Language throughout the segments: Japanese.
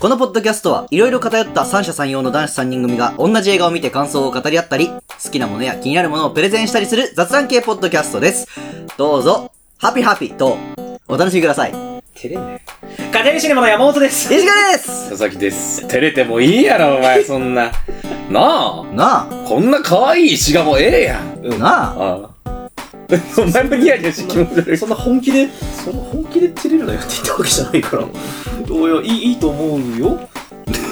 このポッドキャストはいろいろ偏った三者三様の男子3人組が同じ映画を見て感想を語り合ったり、好きなものや気になるものをプレゼンしたりする雑談系ポッドキャストです。どうぞ、ハピハピとお楽しみください。照れない。家庭主義の山本です。石川です佐々木です。照れてもいいやろ、お前、そんな。ななあ、こんな可愛い石がもうええやん。あ、なあ、あ あ。そんなにニヤニヤして気持ち悪いそんな本気で、その本気で照れるなよって言ったわけじゃないから。おいや、いい、いいと思うよ。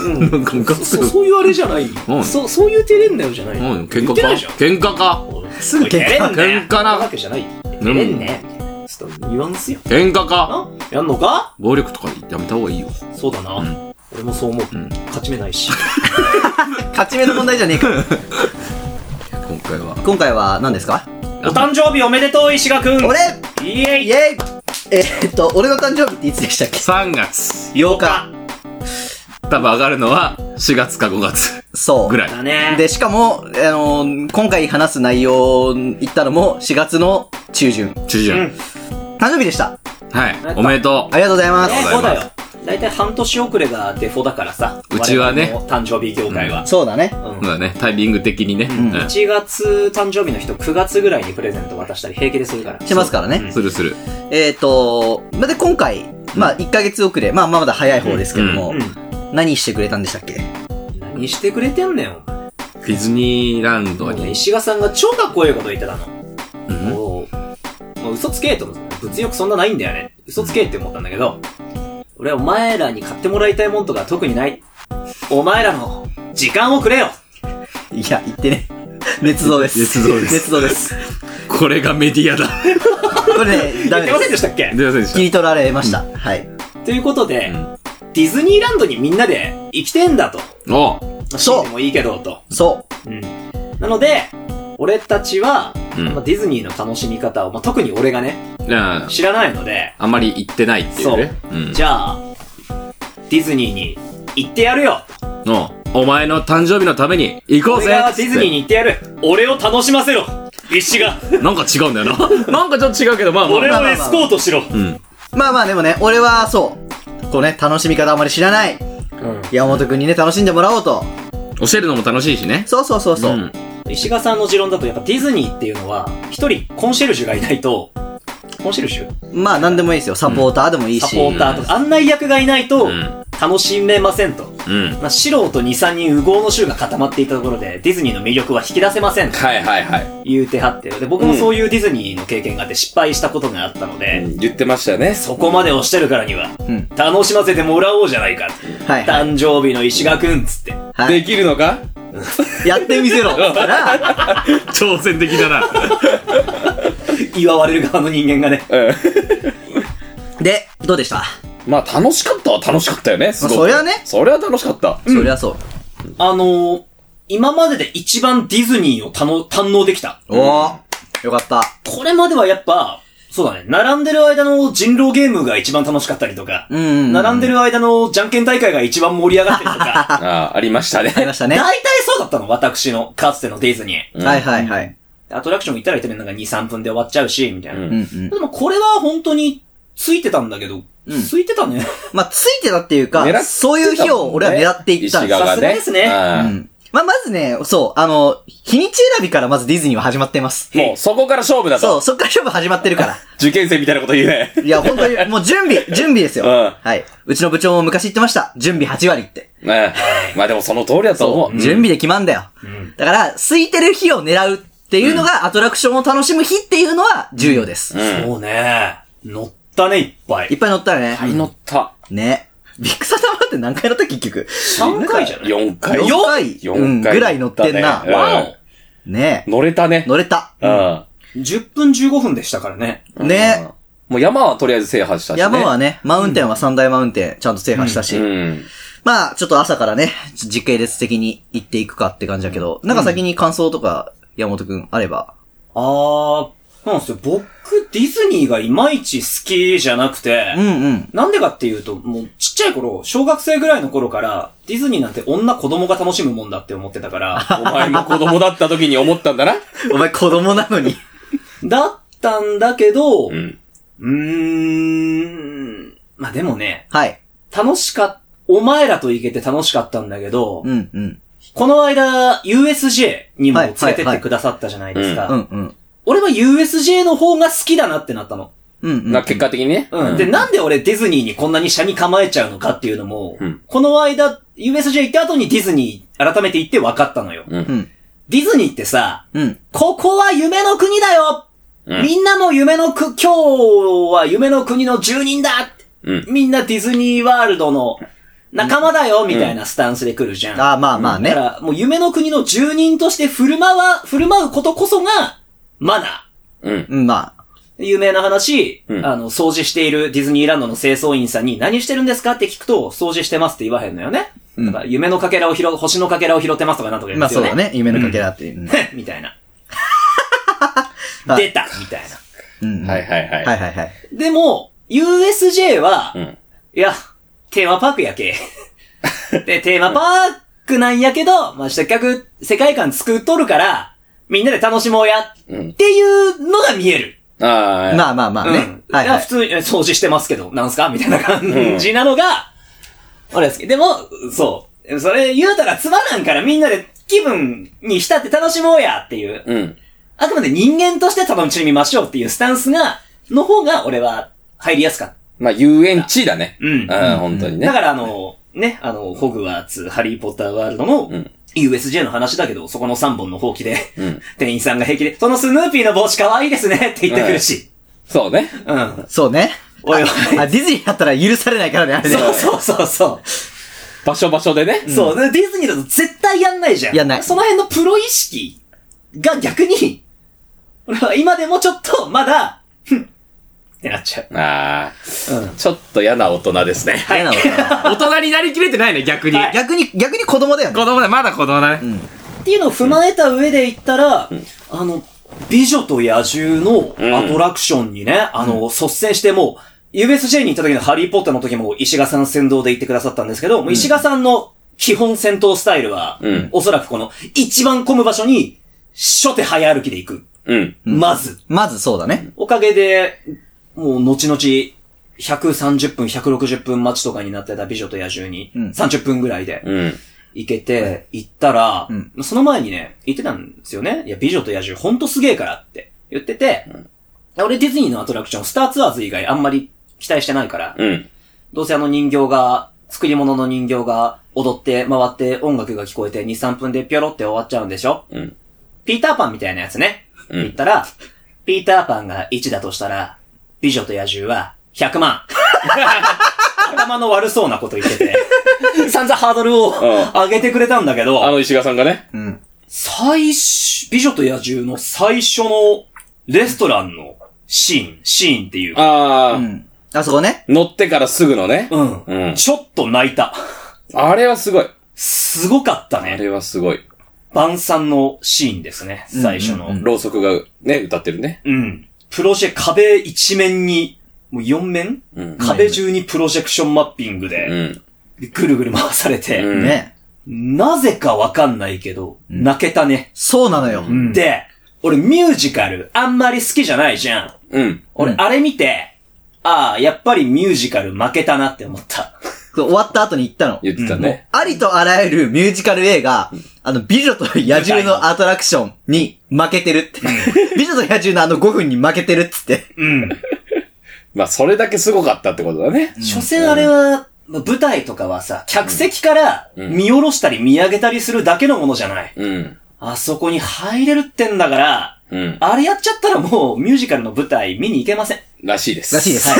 うん。なんかムカつそくそういうあれじゃない。うんそう、そういう照れんなよじゃない。うん、喧言嘩ってかないじゃん。喧嘩かすぐ結照果。れん喧嘩なわなけじゃない。う照れんんね。ちょっとニュアンスよ。喧嘩かなやんのか暴力とかやめた方がいいよ。そうだな。ん俺もそう思う。うん勝ち目ないし。勝ち目の問題じゃねえか。今回は。 今回は何ですか お誕生日おめでとう、石賀くん。俺イエイイェイえーっと、俺の誕生日っていつでしたっけ3月。 ?8 日。多分上がるのは4月か5月そう。ぐらい。だね。で、しかも、あのー今回話す内容を言ったのも4月の中旬。中う旬。ん。誕生日でした。はいなん。かおめでとありがとうございます。ねそうだよ。大体半年遅れがデフォだからさ。うちはね我々の誕生日業界は。そうだね。うんう。そうだね。タイミング的にね。んう1月誕生日の人9月ぐらいにプレゼント渡したり平気でするから。してますからね。ん。するする。えっ、と、ま、で、今回、まあ、1ヶ月遅れ、まあ、まあまだ早い方ですけども、うん。何してくれたんでしたっけ何してくれてんねん。ディズニーランドもうね、に。石賀さんが超かっこいいこと言ってたの。うんもう、もう嘘つけと思ってた。物欲そんなないんだよね。嘘つけって思ったんだけど、俺はお前らに買ってもらいたいもんとか特にない。お前らの時間をくれよいや、言って ね。捏造です。捏造です捏造です。これがメディアだ。これね、ダ言っメてませんで。ですしたっけ出ませんでし切り取られました。はい。ということで、うんディズニーランドにみんなで生きてんだと。た。おまあそうシーでもいいけど、と。そうんなので、俺たちは、うんまあ、ディズニーの楽しみ方を、まあ、特に俺がね、じゃあ、知らないので、あんまり行ってないっていうね。うんじゃあ、ディズニーに行ってやるよおお前の誕生日のために行こう俺ぜがディズニーに行ってやる俺を楽しませろ石がなんか違うんだよな。なんかちょっと違うけど、まあまあ俺をエスコートしろうん。う。まあまあ、でもね、俺は、そう。こうね、楽しみ方あまり知らない。山本くんにね、楽しんでもらおうと。教えるのも楽しいしね。そうそうそうそう。ん石賀さんの持論だとやっぱディズニーっていうのは、一人コンシェルジュがいないと、コンシェルジュまあ、なんでもいいですよ。サポーターでもいいサし。ポーターとか、案内役がいないとうん、楽しめませんと。うん。まあ、素人2、3人、右合の衆が固まっていたところで、ディズニーの魅力は引き出せませんと。はいはいはい。言うてはって。で、僕もそういうディズニーの経験があって失敗したことがあったので、うん言ってましたよね。そこまで押してるからには、うん楽しませてもらおうじゃないか。はい。誕生日の石賀くんっつって。はでい。きるのかやってみせろ。なあ挑戦的だな。祝われる側の人間がね。 うん。で、どうでしたまあ楽しかったは楽しかったよね、すごく。まあそりゃねそれは楽しかった。そりゃそう。あのー、今までで一番ディズニーを堪能堪能できた。おおよかった。これまではやっぱ、そうだね、並んでる間の人狼ゲームが一番楽しかったりとか、うんうんうん並んでる間のじゃんけん大会が一番盛り上がってるとか、ああ、ありましたねあ。りました大ね。体そうだったの、私のかつてのディズニー。んはいはいはい。アトラクション行ったら行ったらなんか2、3分で終わっちゃうし、みたいな。うんうんうん。でもこれは本当についてたんだけど、うんついてたね。まあ、ついてたっていう狙ってたもんか、ねそういう日を俺は狙っていったんです石川がさすがね。ですねううんん。まあ、まずね、そう、あの、日にち選びからまずディズニーは始まってます。もうそこから勝負だそとう、。そっから勝負始まってるから。受験生みたいなこと言うね。いや、本当 に、もう準備、準備ですよ。うんはい。うちの部長も昔言ってました。準備8割って。ねまあでもその通りだと思う。準備で決まんだよ。だから、空いてる日を狙うっていうのが、アトラクションを楽しむ日っていうのは重要です。うん。そうね。乗ったね、いっぱいっい。ぱい乗ったらね。乗った。ね。ビッグサタマーって何回乗った結局。 3回じゃない4回。 4回うん四回ぐらい乗ってんな乗ったねわねうん乗れたね。乗れた。うん。 10分15分でしたからね。ねもう山はとりあえず制覇したしね。山はね、マウンテンは三大マウンテンちゃんと制覇したしう。ん。まあ、ちょっと朝からね、ちょ時系列的に行っていくかって感じだけど、なんか先に感想とか、山本くんあれば。あー、なんですよ。僕、ディズニーがいまいち好きじゃなくて、うんうん。なんでかっていうと、もうちっちゃい頃、小学生ぐらいの頃から、ディズニーなんて女子供が楽しむもんだって思ってたから、 お前も子供だった時に思ったんだな。お前子供なのに。だったんだけど、ううん。ーん、まあでもね、はい。楽しかっお前らと行けて楽しかったんだけど、うん、うん。この間、USJ にもはい連れてっはていくださったじゃないですか。うん、うん。俺は USJ の方が好きだなってなったの。うん、うん。な結果的にね。うん。で、なんで俺ディズニーにこんなに車に構えちゃうのかっていうのも、うんこの間、USJ 行った後にディズニー改めて行って分かったのよ。うん。うん、ディズニーってさ、うん。ここは夢の国だよ、うんみんなも夢のく、今日は夢の国の住人だうん。みんなディズニーワールドの仲間だよみたいなスタンスで来るじゃん。ああ、まあまあねだか。ら、もう夢の国の住人として振る舞わ、振る舞うことこそが、マナうん。うん、まあ。ー。有名な話、うんあの、掃除しているディズニーランドの清掃員さんに何してるんですかって聞くと、掃除してますって言わへんのよね。うんだから夢のかけらを拾う、星のかけらを拾ってますとかなんとか言うんまであそすようね。だね。夢のかけらっていう。ね。 みた いな。はい出たみたいな。うん。うんはいはいははいはいはい。でも、USJ は、い。うん。いや、テーマパークやけ。で、テーマパークなんやけど、まあ、せっかく世界観作っとるから、みんなで楽しもうや、っうん。ていうのが見える。ああ。まあまあまあうねん。。はいいやは普い。通にえ掃除してますけど、なんすかみたいな感じなのが、俺は好き。でも、そう。それ言うたらつまらんからみんなで気分に浸って楽しもうやっていう、うん。あくまで人間として楽しみましょうっていうスタンスが、の方が俺は入りやすかった。まあ、遊園地だね。うんうん、本当にねだ。からあの、ね、あの、ホグワーツ、ハリーポッターワールドのん、 USJ の話だけど、そこの3本の放棄で、うん。店員さんが平気で、そのスヌーピーの帽子可愛いですねって言ってくるし。そうね。 うん。そうね。おいおいあ、ディズニーだったら許されないからね、あれね。そうそうそうそう。場所場所でね。そう、でディズニーだと絶対やんないじゃん。やんないその辺のプロ意識が逆に、 俺は今でもちょっと、まだ、ふんってなっちゃああ。う。うん。ちょっと嫌な大人ですね。嫌なのかな大人になりきれてないね、逆に。はい逆に、逆に子供だよ子ね。供だ、まだ子供だね。っていうのを踏まえた上で言ったら、あの、美女と野獣のアトラクションにね、あの、率先してもう、USJ に行った時のハリーポッターの時も石賀さん先導で行ってくださったんですけど、もう石賀さんの基本戦闘スタイルは、うんおそらくこの一番混む場所に、初手早歩きで行く。うん。まず。まずそうだね。おかげで、もう後々、130分、160分待ちとかになってた美女と野獣に、うん30分ぐらいで、うん。行けて、行ったら、うその前にね、言ってたんですよね。いや、美女と野獣ほんとすげえからって言ってて、俺ディズニーのアトラクション、スターツアーズ以外あんまり期待してないから、うん。どうせあの人形が、作り物の人形が踊って回って音楽が聞こえて2、3分でピョロって終わっちゃうんでしょうん。ピーターパンみたいなやつね。うん言ったら、ピーターパンが1だとしたら、美女と野獣は100万。 頭の悪そうなこと言ってて。散々ハードルを上げてくれたんだけど、あの石川さんがね。うん。最初、美女と野獣の最初のレストランのシーン、シーンっていう。うああ。ん。あそこね。乗ってからすぐのね。うん。うんちょっと泣いた。あれはすごい。すごかったあね。れはすごい。晩餐のシーンですね、最初の。うんうんろうそくがね、歌ってるね。うん。プロジェ、壁一面に、もう4面うん。壁中にプロジェクションマッピングで、うん。ぐるぐる回されて、うんね。なぜかわかんないけど、泣けたね。そうなのよ。んで、俺ミュージカルあんまり好きじゃないじゃん。うん。俺、うんあれ見て、ああ、やっぱりミュージカル負けたなって思った。そう終わった後に行ったの。言ってたもうね。ありとあらゆるミュージカル映画、あの、美女と野獣のアトラクションに負けてるって。 美女と野獣のあの5分に負けてるっつって。うん。まあ、それだけすごかったってことだね。所詮あれは、まあ舞台とかはさ、客席からうん見下ろしたり見上げたりするだけのものじゃない。うん。あそこに入れるってんだから、うん。あれやっちゃったらもうミュージカルの舞台見に行けません。らしいです。らしいです。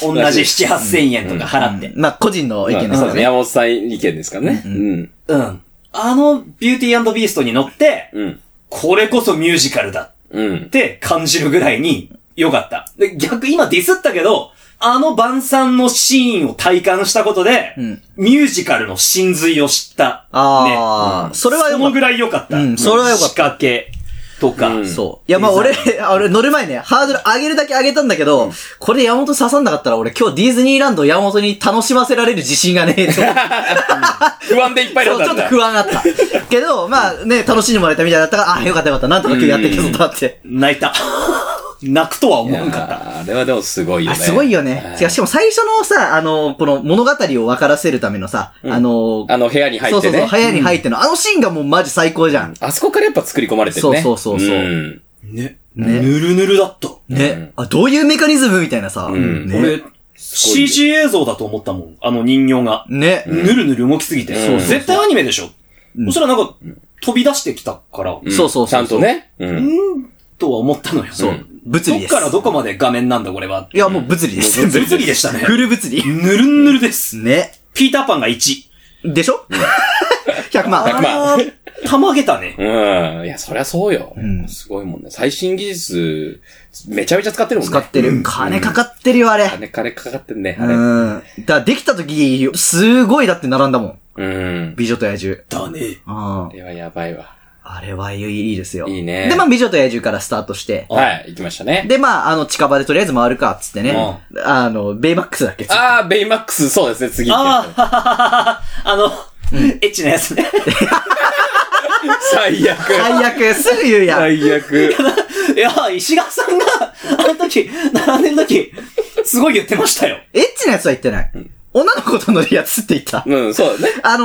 同じ7、8千円とか払って。まあ、個人の意見まであすそうからですね。ね。山本さん意見ですからね。うん。うん。あの、ビューティービーストに乗って、うん。これこそミュージカルだうんっ。て感じるぐらいに良かった。で、逆、今ディスったけど、あの晩餐のシーンを体感したことで、うんミュージカルの真髄を知った。ああ、そそれはよそかっのぐらい良かった。うんそれは良かった仕掛けとか。うた。んそう。いや、まあ俺、あ俺 乗る前ね、ハードル上げるだけ上げたんだけど、これ山本刺さんなかったら俺今日ディズニーランド山本に楽しませられる自信がねえと思って不安でいっぱいだそっう、ちたょっんとだ。不安あった。けど、まあね、楽しんでもらえたみたいだったから、ああ、よかったよかった、なんとか今日やっていけそうだって。泣いた。 泣くとは思いやわんかった。ーあれはでもすごいよあ、ね。すごいよはね。い違う、しかも最初のさ、あの、この物語を分からせるためのさ、あの、あの部屋に入そうっそうてそう、ね部。屋に入っての、あのシーンがもうマジ最高じゃん。あそこからやっぱ作り込まれてるね。そうそうそうそうんね。ねぬるぬるだった。ね。あ、どういうメカニズムみたいなさ。んね。俺、CG 映像だと思ったもん。あの人形が。ね。ぬるぬる動きすぎて。うん絶対アニメでしょ。うんそしたらなんか、飛び出してきたから、んそうそうそうちゃんとね。うん。とは思ったのよ。そう物理どっです。からどこまで画面なんだ、これは。いや、もう物理です。物理でしたねフル物理。ぬるんぬるです。ね。ピーターパンが1。でしょ ?100 万。まああー、たまげたね。うん。いや、そりゃそうよ。んすごいもんね。最新技術、めちゃめちゃ使ってるもんね。使ってる。金かかってるよ、あれ。金、金かかってんね、う。あれ。うんだからできた時、すごいだって並んだもん。ん。美女と野獣。だね。うんあ。れはやばいわ。あれはいいですよ。いいねで、まあ、美女と野獣からスタートして。はい、行きましたね。で、まあ、あの、近場でとりあえず回るか、つってね。あの、ベイマックスだっけあー、ベイマックス、そうですね、次。ああ、はははははあの、エッチなやつね。最悪。最悪、すぐ言うやん。最悪。いや、石川さんが、あの時、並んでる時、すごい言ってましたよ。エッチなやつは言ってない。女の子と乗るやつって言った。うん、そうだね。あの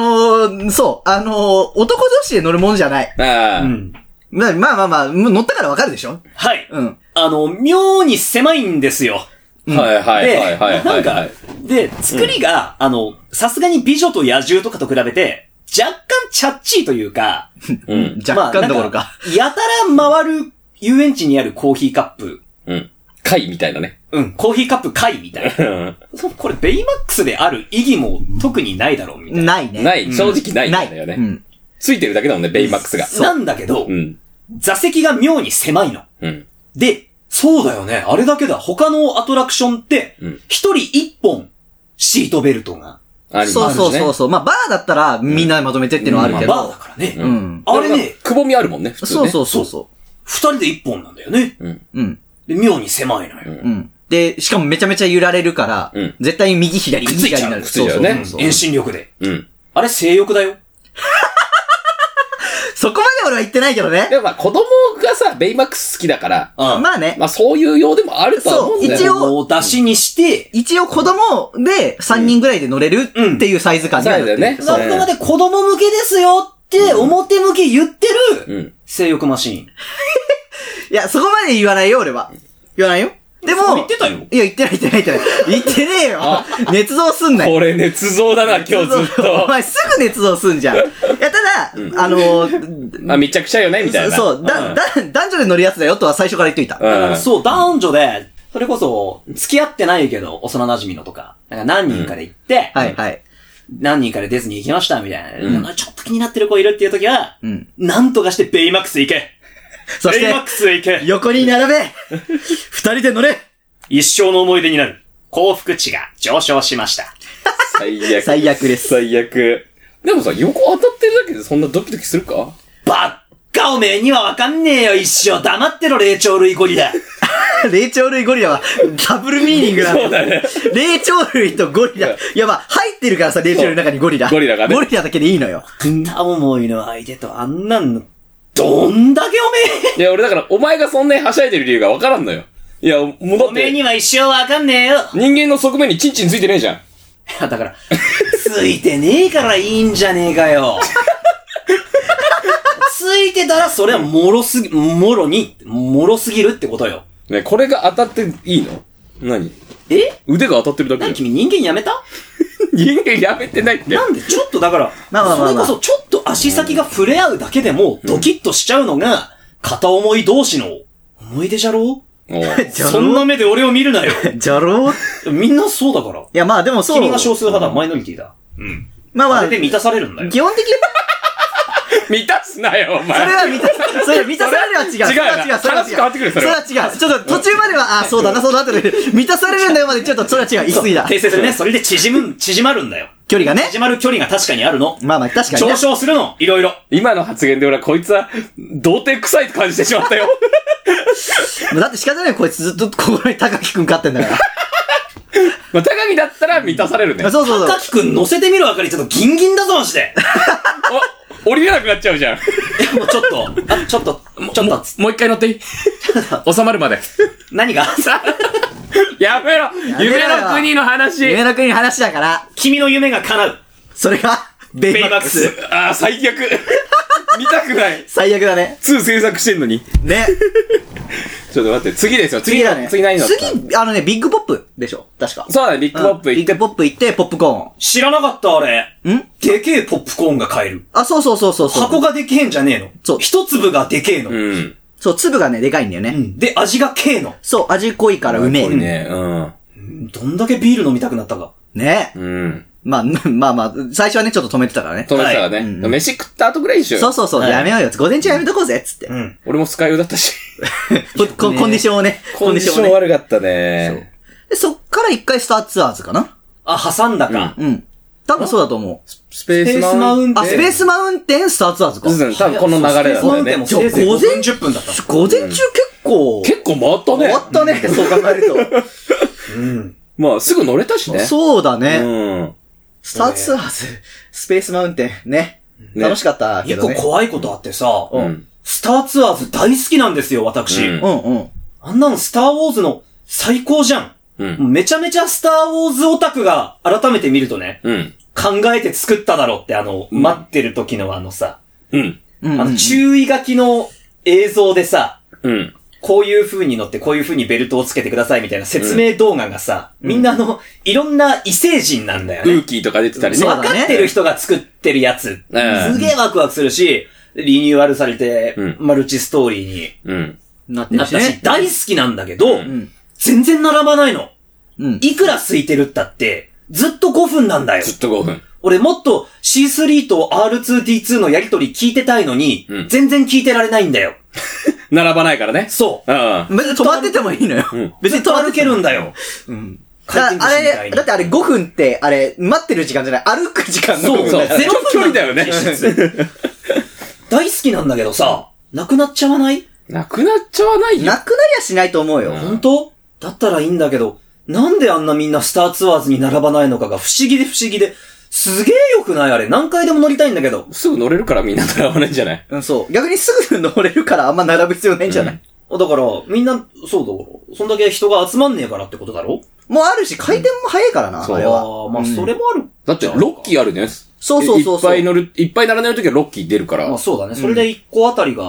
ー、そう、あのー、男同士で乗るもんじゃない。ああ、うん。まあまあまあまあ、もう乗ったからわかるでしょはい。うん。あの、妙に狭いんですよ。はいはいで、はいはいはないんはかい。、で、作りが、あの、さすがに美女と野獣とかと比べて、若干チャッチーというか、うん。若まあ干どころか。。なんやたら回る遊園地にあるコーヒーカップ。うん。貝みたいなね。うん、コーヒーカップ貝みたいな。うんそうこれベイマックスである意義も特にないだろう、みたいな。ないね。ない、正直ないんなだい。ようね。ん。ついてるだけだもんね、ベイマックスが。なんだけど、うん。座席が妙に狭いの。うん。で、そうだよね。あれだけだ。他のアトラクションってうん、一人一本、シートベルトが。ありますね。そうそうそうそそう。まあ、バーだったら、みんなでまとめてっていうのはあるバけーどだ。からね。うん。あれね、くぼみあるもんね、普通そうね。そうそうそ二人で一本なんだよね。う。うん。で、妙に狭いのよ。うん。で、しかもめちゃめちゃ揺られるから、うん絶対に右左、くっ右ついち左ゃうになる。くっついちゃうねそうそうそう遠心力で。う。うん。あれ性欲だよ。そこまで俺は言ってないけどね。でもまあ子供がさ、ベイマックス好きだから、うん。まあね。まあそういう用でもあるとは思うんだよ。そう一応を出しにして、一応子供で3人ぐらいで乗れるっていうサイズ感にはなってるうんうんそそうこまで子供向けですよって表向け言ってる、うん。性欲マシーン。いや、そこまで言わないよ、俺は。言わないよ。でそうも、言ってたよいや、言ってない、言ってない、言ってない。言ってねえよ。捏造すんなよ。これ捏造だな、今日ずっそうおと。前すぐ捏造すんじゃん。いや、ただ、あのー、まあ密着しちゃうよね、みたいな。そう、だ、だ、男女で乗るやつだよとは最初から言っといた。うん。そう、男女で、それこそ、付き合ってないけど、幼馴染のとか、なんか何人かで行って、はい、はい。何人かでディズニー行きました、みたいな、ちょっと気になってる子いるっていう時は、うんなんとかしてベイマックス行けそしベイてマッ、クスへ行け横に並べ二人で乗れ一生の思い出になる。幸福値が上昇しました。最悪。最悪です最悪。でもさ、横当たってるだけでそんなドキドキするかばっかおめえにはわかんねえよ、一生黙ってろ、霊長類ゴリラ。 霊長類ゴリラはダブルミーニングなん そうだね。霊長類とゴリラ。いや、まあ、入ってるからさ、霊長類の中にゴリラ。ゴリラがねゴリラだけでいいのよ。片思いの相手とあんなんの、どんだけいや、俺だから、お前がそんなにはしゃいでる理由がわからんのよ。いや、戻 おめえ、おっめえて、人には一生わかんねえよ。間の側面にチンチンついてねえじゃん。い やだから、ついてねえからいいんじゃねえかよ。 ついてたら、それはもろすぎ、もろに、もろすぎるってことよ。ね、これが当たっていいの何え腕が当たってるだけ何じゃん。君人間やめた人間やめてないって。なんでちょっとだから、まあまあまあまあそれこそちょっと足先が触れ合うだけでもドキッとしちゃうのが、片思い同士の思い出じゃろうおうじゃそんろな目で俺を見るなよ。 じゃろいみんなそうだから。や、まあでもそう。君が少数派だ、マイノリティだ。うん。まあまああ、れで基満たされるんだよ。本的に、満たすなよ、おそれ前。は満た、それは満たされるは違う。そそれれはは違う違よう、それは違う。話変わってくるそそれれはは違う。ちょっと途中までは、あ、そうだな、そうだなって、満たされるんだよまで、ちょっとそれは違う。言い過ぎだ。訂正するね。それで縮む、縮まるんだよ。距離がね。縮まる距離が確かにあるの。まあまあ、確かにね上。昇するの、いろいろ。今の発言で俺はこいつは、童貞臭いと感じてしまっ たよ。だって仕方ない、こいつずっと心に高木くん勝ってんだから。まあ、高木だったら満たされるね。そうそうそ高う。木くん乗せてみるあかりちょっとギンギンだぞ、マジ で。お降りれなくなっちゃうじゃん。もうちょっと、あ、ちょっと、ちょっと、 もう一回乗っていい収まるまで。何がやめろめろよ夢の国の話夢の国の話だから、君の夢が叶う。それが、ベイベイママッッククスス。ああ、最悪。見たくない。最悪だね。 2制作してんのに。ね。ちょっと待って、次ですよ。次次だね。次何だった次、あのね、ビッグポップでしょ。確か。そうだね、ビッグポップうん行ビッグって。ポップ行って、ポップコ知らなかった、あれ。ーン。んでけえポップコーンが買える。あ、そうそうそうそうそう。箱がでけえんじゃねえの。そう一粒がでけえの。ううん。そう、粒がね、でかいんだよね。ん。で、味がけえの。そう、味濃いからうめえ。ね。ね、うん。どんだけビール飲みたくなったか。うん。まあ、 まあまあ、最初はね、ちょっと止めてたからね。友達だからはいね。うん飯食った後ぐらいにしようそようそうそう、はいやめようよ。午前中やめとこうぜ、つって。ん。俺も使いようだったし。ここコンディションをね。コンディシをョン悪かったね。でそっから一回スターツアーズかなあ、挟んだか。うん。多分そうだと思う。スペースマウンテン。あ、スペースマウンテン、スターツアーズか。うん、多分この流れだったよでもね。じゃあせいぜい午5前分10分だった。午前中結構、結構回った終ねわ。ったね、そう考えるうん。まあ、すぐ乗れたしと。 ね。そうだね。うん。スターツアーズ、スペースマウンテン、ね。ね楽しかったけ一ど個ね。怖いことあってさ、うん。スターツアーズ大好きなんですよ、私。うんうんうん。あんなのスターウォーズの最高じゃん。うん。めちゃめちゃスターウォーズオタクが改めて見るとね、うん。考えて作っただろうってあの、うん待ってる時のあのさ、うん。うんうん。あの注意書きの映像でさ、うん。こういう風に乗ってこういう風にベルトをつけてくださいみたいな説明動画がさ、みんなあの、いろんな異星人なんだよウね。ーキーとか出てたりそねう。わかってる人が作ってるやつ。うんすげえワクワクするし、リニューアルされてうん、マルチストーリーにうん。なってなるっしたしね、。大好きなんだけど、うん。全然並ばないの。うん。いくら空いてるったって、ずっと5分なんだよず。っと5分。俺もっと C3 と R2D2 のやりとり聞いてたいのに、うん全然聞いてられないんだよ。並ばないからね。そう。うん。別に止まっててもいいのよん。別別にに止とまって歩てけもるんだよ。うん。だ回転寿司みあたいれ、にだってあれ5分って、あれ、待ってる時間じゃない、歩く時間のそう部分 だよゼロ距離分だよね。 大好きなんだけどさ、なくなっちゃわないなくなっちゃわないよ な。くなりゃしないと思うよ。本当だったらいいんだけど、なんであんなみんなスターツアーズに並ばないのかが不思議で不思議で、すげえ良くないあれ。何回でも乗りたいんだけど。すぐ乗れるからみんな並ばないんじゃないうん、そう。逆にすぐ乗れるからあんま並ぶ必要ないんじゃないだから、みんな、そうだ、そんだけ人が集まんねえからってことだろもうあるし、回転も早いからな、そうあれあは。あ、まあ、それもある。だって、ロッキーあるね。そうそうそうそういっぱい乗る、いっぱい並んでる時はロッキー出るから。まあ、そうだね。それで1個あたりが、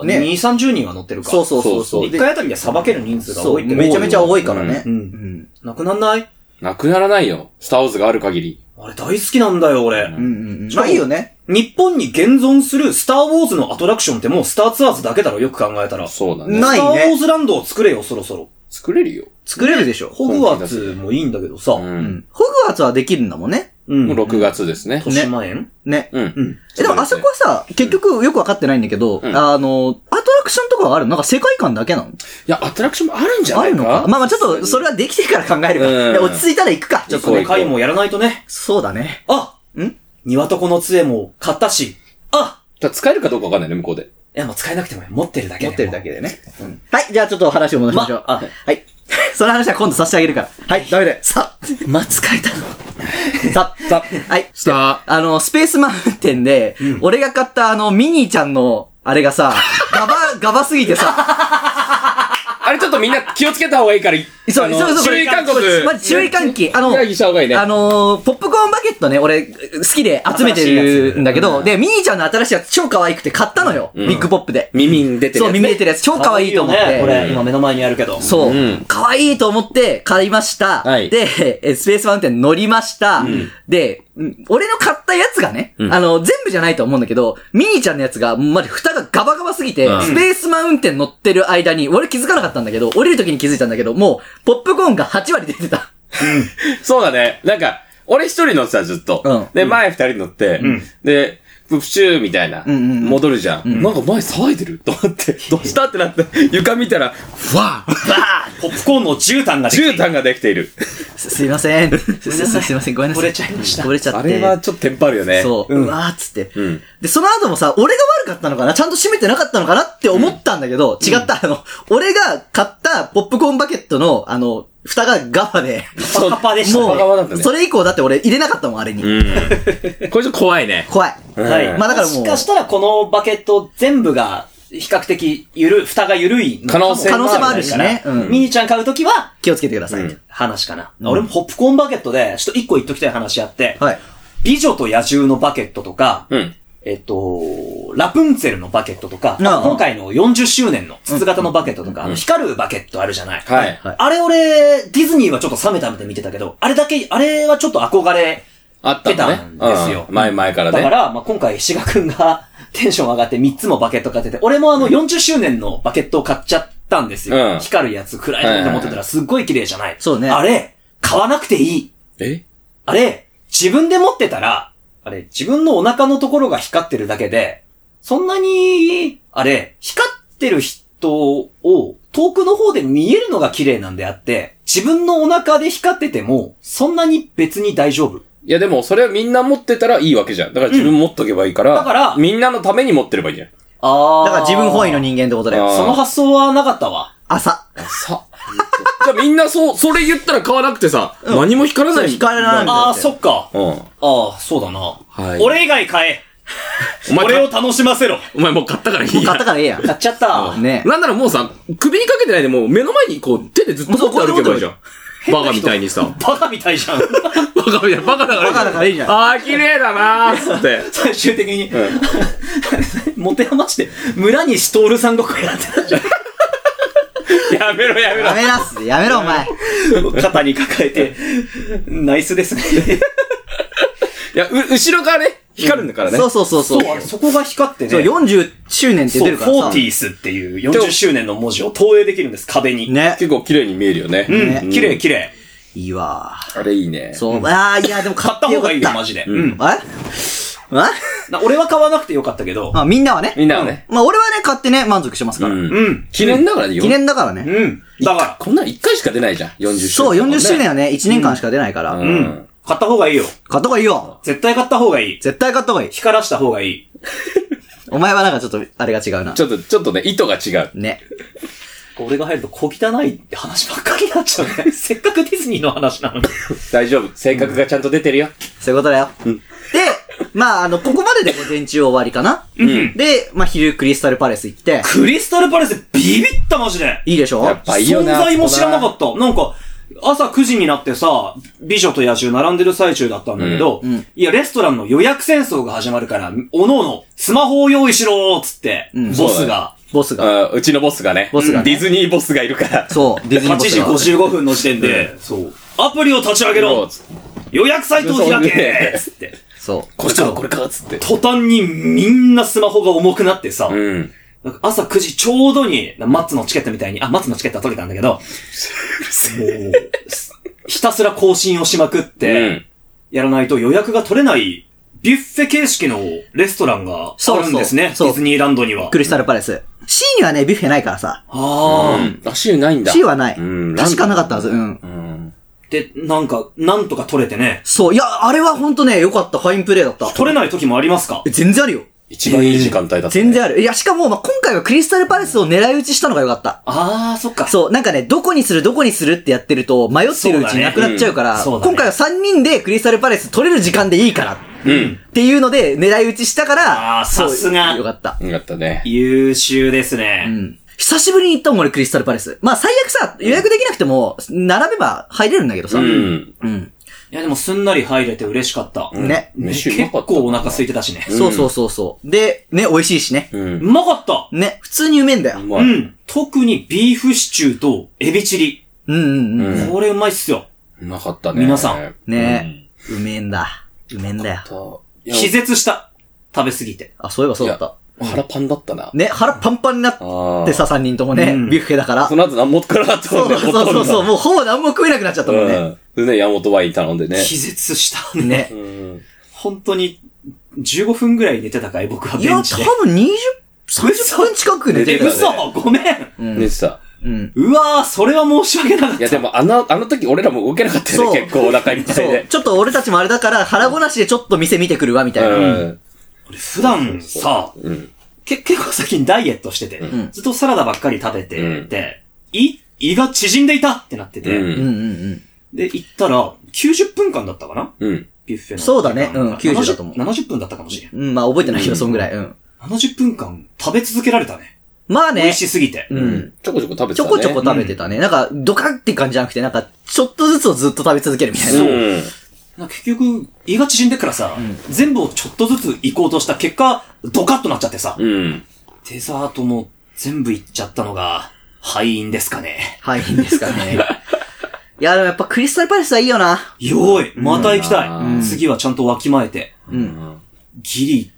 うんねね、2、30人は乗ってるか。そうそうそうそそうう。 1で回あたりで捌ける人数がそ多う、いってめちゃめちゃ多いからね。ううんん。なくなんないなくならないよ。スターウォーズがある限り。あれ大好きなんだよ、俺。うんうんうん。しかまあもいいよね。日本に現存するスターウォーズのアトラクションってもうスターツアーズだけだろ、よく考えたら。そうだね。なスターウいォーね。ズランドを作れよ、そろそろ。作れるよ。作れるでしょ。ホグワーツもいいんだけどさ。うんう。うんん。ホグワーツはできるんだもんね。ん。もう6月ですね。豊島園ね。うん。うん。え、でもあそこはさ、結局よくわかってないんだけど、うんあの、アトラクションとかはあるのなんか世界観だけなのいや、アトラクションもあるんじゃあないるかのかまあまあちょっと、それはできてから考えるかうら。んで落ち着いたら行くか。ちちょょっっとと行こう行ね、こう会もやらないとね。そうだね。あん庭床の杖も買ったし。あだから使えるかどうかわかんないね、向こうで。いや、もう使えなくてもいい持ってるだけ持で。ってるだけでね。うんはい、じゃあちょっとお話を戻しましょう。まあはい。 その話は今度させてあげるから。はい、ダメで。さあ。まあ、使えたの。さあ。さはい。スタあの、スペースマウンテンで、俺が買ったあの、ミニーちゃんの、あれがさ、ガバ、 ガバすぎてさ、あれちょっとみんな気をつけた方がいいから、そあう、のそう、そう、注意勧告。まず注意喚起。あの、会議した方がいいね。あのー、ポップコーンバケットね、俺、好きで集めてるんだけど、で、ミニーちゃんの新しいやつ超可愛くて買ったのよ。ビッグポップで。耳に出てるそう、やつね。耳出てるやつ超可愛いと思っ可愛いよね、こて。れ、今目の前にあるけど。そううん。可愛いと思って買いました。はいで、えスペースマウンテン乗りました。で、うん俺の買ったやつがね、うんあの、全部じゃないと思うんだけど、ミニーちゃんのやつが、まじ蓋がガバガバすぎて、うんスペースマウンテン乗ってる間に、俺気づかなかったんだけど、降りる時に気づいたんだけど、もう、ポップコーンが8割出てた。そうだね。なんか、俺一人乗ってた、ずっと。うんで、前二人乗って、で、ププシューみたいな、んうんうん戻るじゃん,、なんか前騒いでると 思って、どうしたってなって、床見たら、ふわーポップコーンの絨毯ができて絨毯ができている。すすいません。すすすいません、ごめんなさい。折れちゃいました折れちゃって。あれはちょっとテンパるよね。そう、うわーっつって、んで、その後もさ、俺が悪かったのかなちゃんと閉めてなかったのかなって思ったんだけど、違った、あの、俺が買ったポップコーンバケットの、あの、蓋がガバで、パカパカでしたねもガバガバだったう、ねそれ以降だって俺入れなかったもん、あれに。うん。これちょっと怖いね。怖い。うんはい。まあだからもうもしかしたらこのバケット全部が比較的ゆる、蓋が緩いのかも可能性可能性もあるしね。うミん。ニちゃん買うときは、気をつけてください。うん話かな。うん俺もポップコーンバケットで、ちょっと一個言っときたい話あって、はい。美女と野獣のバケットとか、うん。えっと、ラプンツェルのバケットとか、うん今回の40周年の筒型のバケットとか、あの光るバケットあるじゃない。はい。はいあれ俺、ディズニーはちょっと冷めた目で見てたけど、あれだけ、あれはちょっと憧れ。あったの出たんですよね。うん前々からだね。から、まあ、今回、志賀くんが テンション上がって3つもバケット買ってて、俺もあの40周年のバケットを買っちゃったんですよ。うん光るやつ、暗いのと思ってたらすっごい綺麗じゃない。そうねあれ、買わなくていい。えあれ、自分で持ってたら、あれ、自分のお腹のところが光ってるだけで、そんなに、あれ、光ってる人を遠くの方で見えるのが綺麗なんであって、自分のお腹で光ってても、そんなに別に大丈夫。いやでも、それはみんな持ってたらいいわけじゃん。だから自分持っとけばいいから、だからみんなのために持ってればいいじゃん。あだから自分本位の人間ってことだよ。あーその発想はなかったわ。朝。さ。じゃあみんなそう、それ言ったら買わなくてさ、何も光らない。そう光らないあだあ、ってそっか。うん。ああ、そうだな。はい俺以外買え。お前俺かを楽しませろ。お前もう買ったからいい買っやた。からええ やん。買っちゃった。ねなんならもうさ、首にかけてないでもう目の前にこう手でずっと持って歩けばいいじゃん。バカみたいに さ。バカみたいじゃん。バカみたい、バカだからいいじゃん。バカだからいいじゃんああ、綺麗だなーっつって。最終的に、ん 持て余して、村にトールさんごっこやってたじゃん。やめろやめろ。やめなっす。やめろ、お前。肩に抱えて、ナイスですね。いや、う、後ろからね、光るんだからね。そうそうそうそう。 そう、あれそこが光ってね。そう、40周年ってそ出う、るフからォさー。ティースっていう40周年の文字を投影できるんです、壁に。ね。結構綺麗に見えるよね。うんね綺麗綺麗。いいわ。あれいいね。そう。ああ、いや、でも買買っってた方よかっがた。いいよ、マジで。うん。あれあな俺は買わなくてよかったけど。まあ、みんなはね。みんなはね。まあ、俺はね、買ってね、満足してますかうら。ん。うん。記念だからね、記念だからね。うん。だから、こんなの1回しか出ないじゃん。40周年。そう、40周年はね、1年間しか出ないから。ううんん。買った方がいいよ。買った方がいいよ。絶対買った方がいい。絶対買った方がいい。光らした方がいい。お前はなんかちょっと、あれが違うなち。ょっと、ちょっとね、意図が違う。ね。俺が入ると小汚いって話ばっかりになっちゃう ね。せっかくディズニーの話なのに。大丈夫。性格がちゃんと出てるよ。そういうことだよ。で、まあ、あの、ここまでで午前中終わりかな。で、まあ、昼クリスタルパレス行って、クリスタルパレスビビったマジで。いいでしょやっぱいいよな。存在も知らなかっった。なんか、朝9時になってさ、美女と野獣並んでる最中だったんだけど、うんうんいや、レストランの予約戦争が始まるから、おのおの、スマホを用意しろーっつって、うんボスが、ボスが。た。うん、うちのボスがね。ボスがねディズニーボスがいるから。そう、ディズニー8ボス時が。 55分の時点で、そう、アプリを立ち上げろつって予約サイトを開そうねけーっつって。そこれか、これか、つって。途端にみんなスマホが重くなってさ、うん。なんか朝9時ちょうどに、なマッツのチケットみたいに、あ、マッツのチケットは取れたんだ けど、もう、すひたすら更新をしまくっうてん、やらないと予約が取れない、ビュッフェ形式のレストランがあるんですね。そうそうそうディズニーランドにはう。。クリスタルパレス。C にはね、ビュッフェないからさ。あー、あ、シールないんだ。 C はない。うん。確かなかっったはず。うん。た。うん。で、なんか、なんとか取れてね。そう。いや、あれはほんとね、良かった。ファインプレーだった。取れない時もありますかえ全然あるよ。一番いい時間帯だった。全然ある。いや、しかも、まあ、今回はクリスタルパレスを狙い撃ちしたのが良かった。あー、そっか。そう、なんかね、どこにするどこにするってやってると、迷ってるうちになくなっちゃうから、そうだねう今ん回は3人でクリスタルパレス取れる時間でいいから、うん。っていうので、狙い撃ちしたから、あーさすがそうよかった。よかったね。優秀ですね。うん。久しぶりに行ったもん、俺、クリスタルパレス。まあ、最悪さ、予約できなくても、並べば入れるんだけどさ。ううん。ん。いや、でもすんなり入れて嬉しかった。ね。飯うま結かった。構お腹空いてたしね。そうそうそうそう。で、ね、美味しいしね。うん。うまかったね、普通にうめえんだよ。うまうい。ん。特にビーフシチューとエビチリ。うんうんうん。うんこれうまいっすよ。うまかったね。皆さん。ねうめえんだ。うめえんだよ。うん。気絶した。食べすぎて。あ、そういえばそうだった。腹パンだったな。ね、腹パンパンになっあーてさ、3人ともね、うんビュッフェだからそ。の後何も食らなかったそもんうね。そうそうそうそう、もうほぼ何も食えなくなっちゃったもんね。ね。うん。でね、山本ワイン頼んでね。気絶したね。ね。うん。本当に、15分ぐらい寝てたかい僕はいベや、多ンチで。分20、30分近く寝てたよ。嘘ごめんうんでさ。うん。うわぁ、それは申し訳なかっいや、でも、あの、あの時俺らも動けなかったよそうね。結構お腹いっぱいそうで。。ちょっと俺たちもあれだから、腹ごなしでちょっと店見てくるわ、みたいな。うん。た。俺普段さ、うん。け結構最近ダイエットしてて、うんずっとサラダばっかり食べて、うんで、胃、胃が縮んでいたってなってう。て、うんうんんで、行ったら、90分間だったかなうん。ビュッフェの。そうだねうん時間が90だと思う70分だったかもしれん。うん。うん、まあ覚えてないけど、そんぐらい。うん。 70分間食べ続けられたね。まあ美味ね、しすぎて。うん。ちょこちょこ食べてちたょね。こちょこ食べてたね。なんか、ドカンって感じじゃなくて、なんか、ちょっとずつをずっと食べ続けるみたいな。うん。なんか結局、胃が縮んでっからさ、全部をちょっとずつ行こうとした結果、ドカッとなっちゃってさ、うん。デザートも全部行っちゃったのが、敗因ですかね。はい、いいんですかね。いや、でもやっぱクリスタルパレスはいいよな。よーい、また行きたい。うん次はちゃんとわきまえて、うん。ギリ、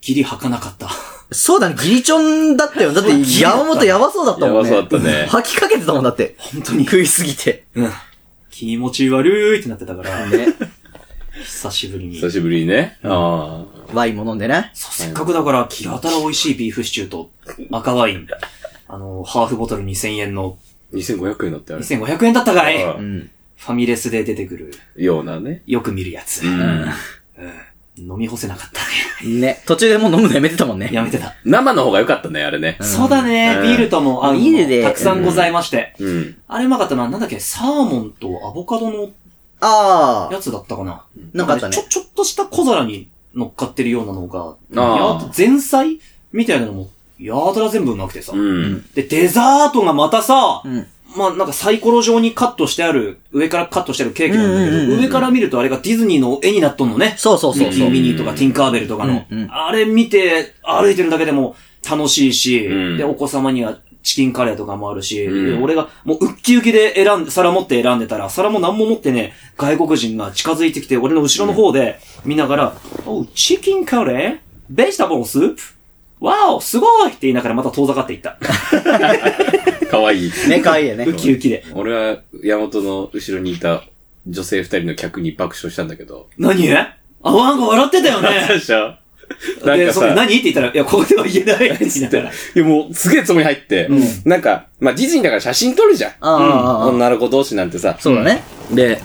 ギリ吐かなかった。そうだね、ギリチョンだったよ。だ って、山本やばそうだったもんね。やばそうだったね吐きかけてたもんだって。本当に。食いすぎて。うん。気持ち悪いってなってたから、ね。久しぶりに。久しぶりにね。ああ。ワインも飲んでね。そうせっかくだから、気がたら美味しいビーフシチューと赤ワイン。あの、ハーフボトル2000円の2500円だってある。 2500円だったかいあフうあん。ァミレスで出てくる、ようなね。よく見るやつ。うん。飲み干せなかったね。途中でもう飲むのやめてたもんね。ね。やめてた。生の方が良かったね、あれね。そうだね、うんビールとも合うのビールでもたくさんございまして。うん。あれうまかったな、なんだっけ、サーモンとアボカドのああ。やつだったかな。なんかあったねちょ、。ちょっとした小皿に乗っかってるようなのが、あーやっと前菜みたいなのも、やたら全部うまくてさ。うん。で、デザートがまたさう、ん。まあなんかサイコロ状にカットしてある、上からカットしてあるケーキなんだうんうんうけんうど、ん上から見るとあれがディズニーの絵になっとんのね。そうそうそミうッキそうー・。ミニーとかティンカーベルとかのうんう。んあれ見て歩いてるだけでも楽しいし、うんで、お子様にはチキンカレーとかもあるし、うんで俺がもうウッキウキで選んで、皿持って選んでたら、皿も何も持ってね、外国人が近づいてきて、俺の後ろの方で見ながら、おうチキンカレーベジタブルスープわおすごいって言いながらまた遠ざかっていった。かわいい。ね、かわいいよねウ。キウキで。俺は、山本の後ろにいた女性二人の客に爆笑したんだけど。何あ、なんか笑ってたよね。でしょ なんで、かそれさ、何って言ったら、いや、ここでは言えないって言いながら。 いやもう、すげえつもり入って、うなんか、まあ、ディズニーだから写真撮るじゃん。ああああ女の子同士なんてさ。そうだね。で、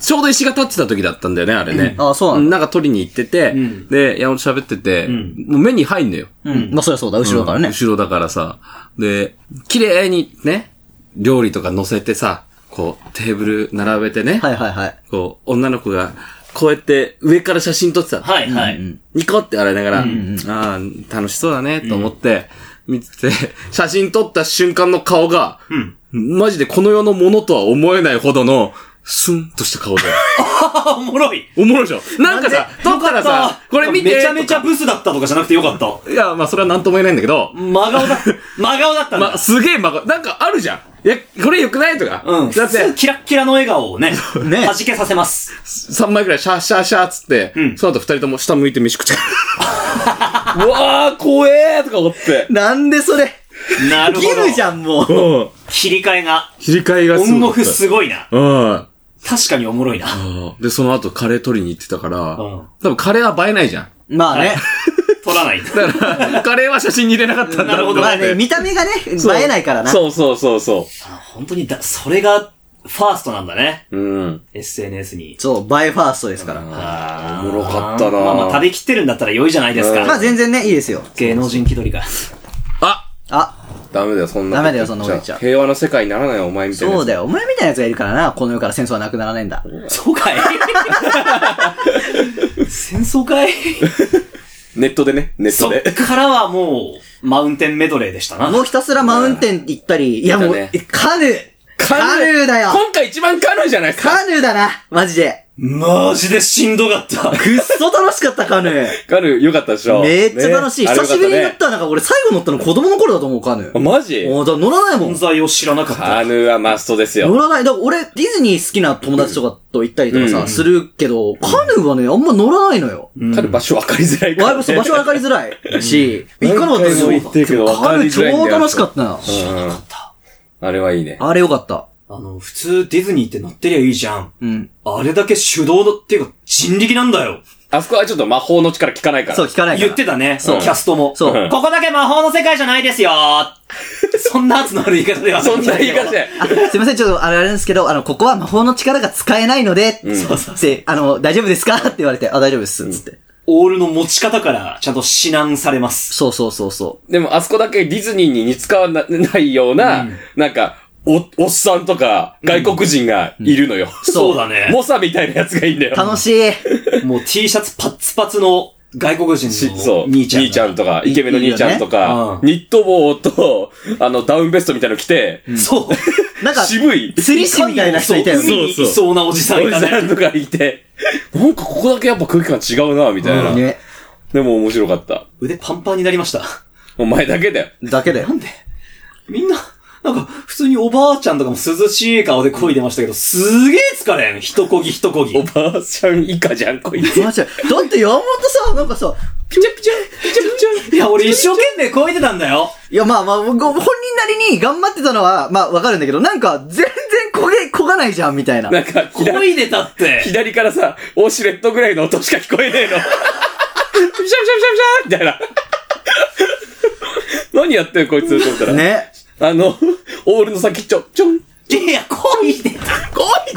ちょうど石が立ってた時だったんだよね、あれね。うんあそうなんだなんか取りに行ってて、うんで、山本喋ってて、んもう目に入んのよ。うん。まあ、そりゃそうだ、後ろだからうんね。後ろだからさ。で、綺麗にね、料理とか乗せてさ、こう、テーブル並べてね、はいはいはい。こう、女の子が、こうやって上から写真撮ってたの。はいはい。ニコって笑いながら、ああ、楽しそうだね、と思って、見て て、写真撮った瞬間の顔が、んマジでこの世のものとは思えないほどの、スンとした顔だよ。あ、おもろい。おもろいでしょなんかさ、撮ったらさ、これ見てめちゃめちゃブスだったとかじゃなくてよかった。いや、まあそれはなんとも言えないんだけど、真顔だ、真顔だったんだ。まあすげえまが、なんかあるじゃん。いや、これ良くないとか。うん。だ普って、通キラッキラの笑顔をね、ね弾けさせます。 3枚くらいシャーシャーシャーっつって、うんその後2人とも下向いて飯食っちゃうわー、怖えーとか思って。なんでそれ。なるほギど。ルじゃん、もう。う。うん。切り替えが、切り替えがオすごンい。オフすごいな。うん。確かにおもろいな。で、その後カレー取りに行ってたから、ん多分カレーは映えないじゃん。まあね。取らないと。だ から、カレーは写真に入れなかったんだろうと思まあっね、て。見た目がね、映そうえないからな。そうそうそうそあ本当にだ、それが、ファーストなんだね。う。うん。 SNS に。そう、映えファーストですから。あーおもろかったなまあまあ、食べきってるんだったら良いじゃないですうんまあか。全然ね、いいですよ。芸能人気取りが。ああ、ダメだよ、そんなダメだよそんなこと言っちゃ平和の世界にならないよお前みたいな。そうだ。だよ。お前みたいなやつがいるからな、この世から戦争はなくならないんだ。そうかい戦争かいネットでね、ネッそトっ で。からはもう、マウンテンメドレーでした な。もうひたすらマウンテン行った り、いやもう行ったね、えカヌーカヌーだよ今回一番カヌーじゃないですか。カヌーだなマジでマジでしんどかった。くっそ楽しかった、カヌ ーカヌーよかったでしょ。めっちゃ楽しい。ね久しぶりに乗っ。あれよかたなんか俺最後乗ったの子供の頃だと思う、カヌたねー。マジおだから乗らないもん。存在を知らなかった。カヌーはマストですよ乗。らない。だから俺、ディズニー好きな友達とかと行ったりとかうさ、んするけど、カヌーはね、あんま乗らないのよ。カヌー場所分かりづらいからわね。そう場所わかりづらいし、行かなかったですよ。何回も行ってるけどカヌー超楽しかったな。うんあれはいいね。あれよかった。あの、普通ディズニーって乗ってりゃいいじゃん。うん。あれだけ手動だっていうか、人力なんだよ。あそこはちょっと魔法の力効かないから。そう、聞かないから。言ってたね、キそうャストも。そうここだけ魔法の世界じゃないですよ そんな圧のある言い方ではそんな言い方で。で。あ すいません、ちょっとあれあれですけど、あの、ここは魔法の力が使えないので、そうって、あの、大丈夫ですかって言われて、あ、大丈夫です、つって。オールの持ち方から、ちゃんと指南されます。そうそうそうそでもあそこだけディズニーに似つかわなないような、なんか、お、おっさんとか、外国人がいるのよ。そうそうだね。モサみたいなやつがいいんだよう。。楽しい。もう T シャツパッツパツの、外国人しのそう。兄ちゃんが。とか、イケメンの兄ちゃんといいよかね、うんニット帽と、あの、ダウンベストみたいの着て、そう。なんか、渋い、釣り師みたいな人いたよね。そう海にいそうなおじさおんじがさんね。とかいて、なんかここだけやっぱ空気感違うな、みたいな。ね。でも面白かった。腕パンパンになりました。お前だけだよ。だけだよな。んでみんな、なんか、普通におばあちゃんとかも涼しい顔で漕いでましたけど、すげえ疲れん。一こぎ一こぎ。おばあちゃん以下じゃん、こいつ。マジでだって山本さ、なんかさ、ピチャピチャ、ピチャピチャ。いや、俺一生懸命漕いでたんだよ。いやまあまあ、ご本人なりに頑張ってたのは、まあわかるんだけど、なんか全然焦げ、焦がないじゃん、みたいな。なんか、左漕いでたって。左からさ、オシュレットぐらいの音しか聞こえねえの。ピシャピシャピシャピシャみたいな。何やってんのこいつと思ったら。 ね。あの、オールの先、ちょ、ちょん。いや、漕いでた。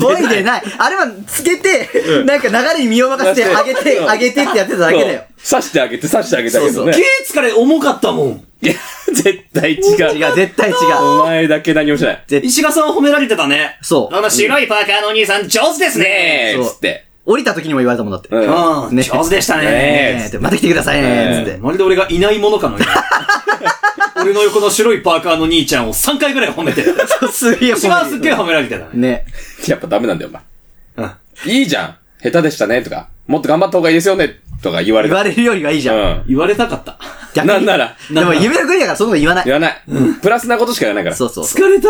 焦いでない。あれはつけて、なんか流れに身を任せて、うん上げて、上げてってやってただけだよ。そう刺してあげて、刺してあげたけどね。すげえ疲れ重かったもん。いや、絶対違う。違う、絶対違う。お前だけ何もしない。石川さんは褒められてたね。そうあの白いパーカーのお兄さん、上手ですねねえ、そうつって。降りた時にも言われたもんだって。うねん。うん、ね上手でしたね。えってまた来てくださいね、つって。まるで俺がいないものかの ように。俺の横の白いパーカーの兄ちゃんを3回ぐらい褒めてる。すげえ、石川はすっげえ褒められてたね。ね。やっぱダメなんだよ、おうん前。いいじゃん。下手でしたね、とか。もっと頑張った方がいいですよね、とか言われ言る。われるよりはいいじうゃん。ん。言われたかった。逆になんなら、でも夢の国だからそんなこと言わない。言わない。プラスなことしか言わないから。そうそうそう。疲れたい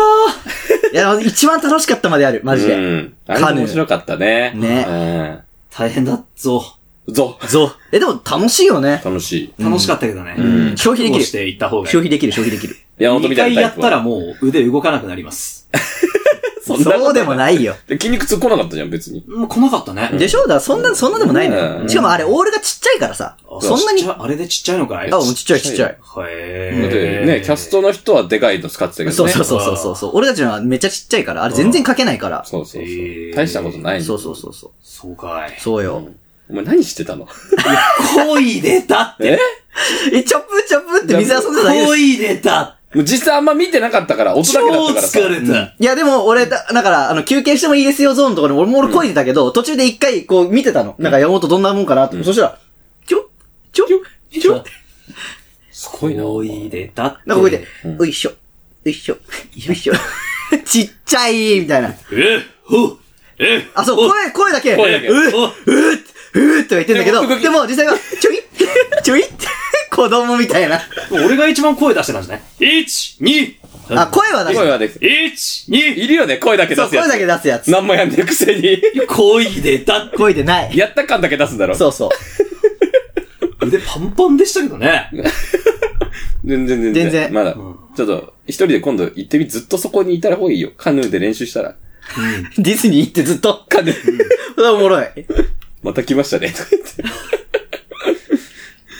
や、でも一番楽しかったまである、マジうで。ん。あれも面白かったね。ね大変だぞ。うん。ぞ。そう。え、でも楽しいよね。楽しい。楽しかったけどね。消費でこきうる。していった方がいい。消費できる、消費できる。山2本みたい回なやタっイプたは。らもう腕動かなくなります。 そんなこ とそうでもないよ。で筋肉痛来なかったじゃん、別に。もう来なかったね。でしょだからそんな、そんなでもないのうよ。んしかもあれ、オールがちっちゃいからさ。そんなにちっちゃ。いあれでちっちゃいのかいあ、もうちっちゃいちっちゃい。へでー。ね、キャストの人はでかいの使ってたけどね。そうそうそうそうそうそう。俺たちのはめっちゃちっちゃいから、あれ全然書けないから。そうそうそうへー大したことないそうそうそうそう。そうかい。そうよ。お前何してたの恋でたって。ええ、チャプチャプって水遊んでただけです恋でた。もう実際あんま見てなかったから、音だ超けだったからさ。疲れた。いや、でも、俺、だ、だから、あの、休憩してもいいですよ、ゾーンのとかに、俺も俺こいでたけど、途中で一回、こう、見てたの。なんか、山本どんなもんかなって。そしたら、ちょちょちょなんかすごいな。恋でたって。こうやって、ういしょ、ういしょ、ういしょ。 ちっちゃい、みたいな。え、ほ、え、あ、そう、声、声だけ、声だけうっ、うっ、うっとか言ってんだけど、でもでも、実際は、ちょい、ちょいって、 子供みたいな。俺が一番声出してたんじゃない ?1、2、あ、声は出す声。はできて。 1、2、いるよね、声だけそ出う、すや声つだ。け出すやつ。何もやんねえくせに。恋でたって。声でない。やった感だけ出すんだろ。そうそう。腕パンパンでしたけどね。全然全全然。然まだ。ちょっと、一人で今度行ってみ、ずっとそこにいたら方がいいよ。カヌーで練習したら。ディズニー行ってずっと。カヌー。おもろい。また来ましたね。とか言って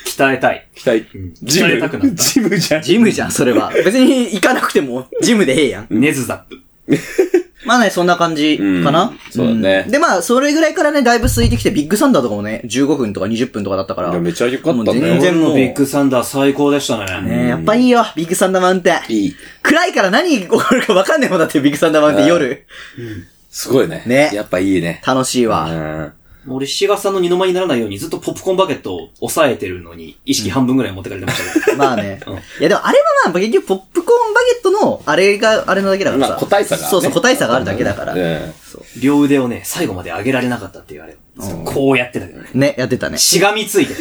鍛えたい。期待ん。ジ鍛えたくなっム。たジムじゃん。ジムじゃん、それ は。別に行かなくても、ジムでええやん。ネズザップ。まあね、そんな感じかな。うんそうだねんで、まあ、それぐらいからね、だいぶ空いてきて、ビッグサンダーとかもね、15分とか20分とかだったかいら。やめちゃ良かっもたねう全然もう。ビッねグサンダー最高でしたね。やっぱいいよ、ビッグサンダーマウンテン。いい。暗いから何起こるか分かんないもんだって、ビッグサンダーマウンテン夜。すごいね。ねやっぱいいね。楽しいわ。うん。俺、シガさんの二の間にならないようにずっとポップコーンバケットを抑えてるのに、意識半分ぐらい持ってかれてました けど。まあ ねうん。いやでもあれはまあ結局ポップコーンバゲットのあれがあれのだけだからまさ。あ、個体差がね。そうそう、個体差があるだけだから。うん。両腕をね、最後まで上げられなかったっていうあれをずっとこうやってたけどね。ね、やってたね。しがみついてる。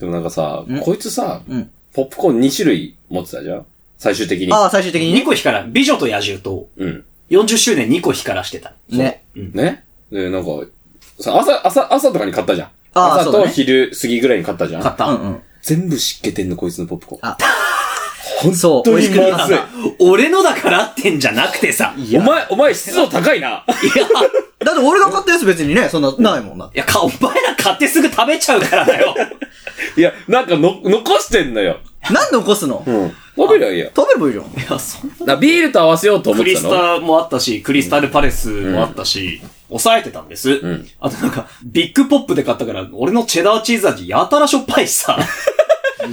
でもなんかさ、こいつさん、ポップコーン2種類持ってたじゃん最終的に。ああ、最終的にニね。コヒから、美女と野獣と、うん。 40周年ニコヒからしてた。ね。ねで、なんか、さ、朝、朝、朝とかに買ったじゃん。あー朝そうとだね昼過ぎぐらいに買ったじゃ買っん。うた。んうん。全部湿気てんの、こいつのポップコーン。あ、そう、美本味当しにくなまかっずた。俺のだからってんじゃなくてさ。いい。お前、お前湿度高いな。だって俺が買ったやつ別にね、そんな、ないもんな。や、か、お前ら買ってすぐ食べちゃうからだ よ。 いや、なんかの、残してんのよ。なんで起こすのうん。食べりゃいいや。食べればいいじゃん。いや、そんな。な、ビールと合わせようと思っクリてたスの。タもあったし、クリスタルパレスもあったし、抑えてたんです。んあとなんか、ビッグポップで買ったから、俺のチェダーチーズ味やたらしょっぱいしさ。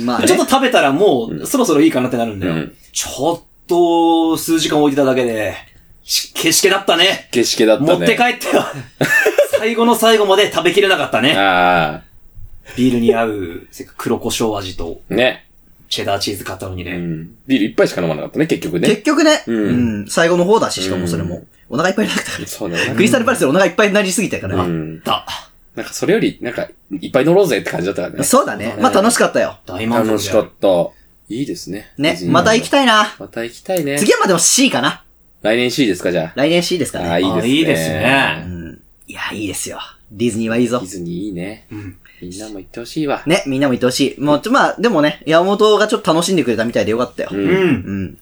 まあね。ちょっと食べたらもう、そろそろいいかなってなるんだよ。うんちょっと、数時間置いてただけで、し消し気だったね。景色だったね。 持って帰ってよ。最後の最後まで食べきれなかったね。ああ。ビールに合う、せっかく黒胡椒味と、ね。チェダーチーズ買ったのにね。うん。ビール一杯しか飲まなかったね、結局ね。結局ね、んうん、最後の方だし、しかもそれも。お腹いっぱいになったから。そうね。クリスタルパレスでお腹いっぱいになりすぎたからうね。ん。だ。なんかそれより、なんか、いっぱい乗ろうぜって感じだったからね。そうだね。まあ楽しかったよ。大満足楽しかった。いいですね。ね、また行きい。たいな。また行きたいね。次はまあでも C かな。来年 C ですか、じゃ来年 C ですかあ。あ、いね。いですあいいですね。ね。うん。いや、いいですよ。ディズニーはいいぞディ。ズニーいいね。んみんなも行ってほしいわ。ね、みんなも行ってほしい。もう、ちょまあ、でもね、山本がちょっと楽しんでくれたみたいでよかったよ。んうん。うん。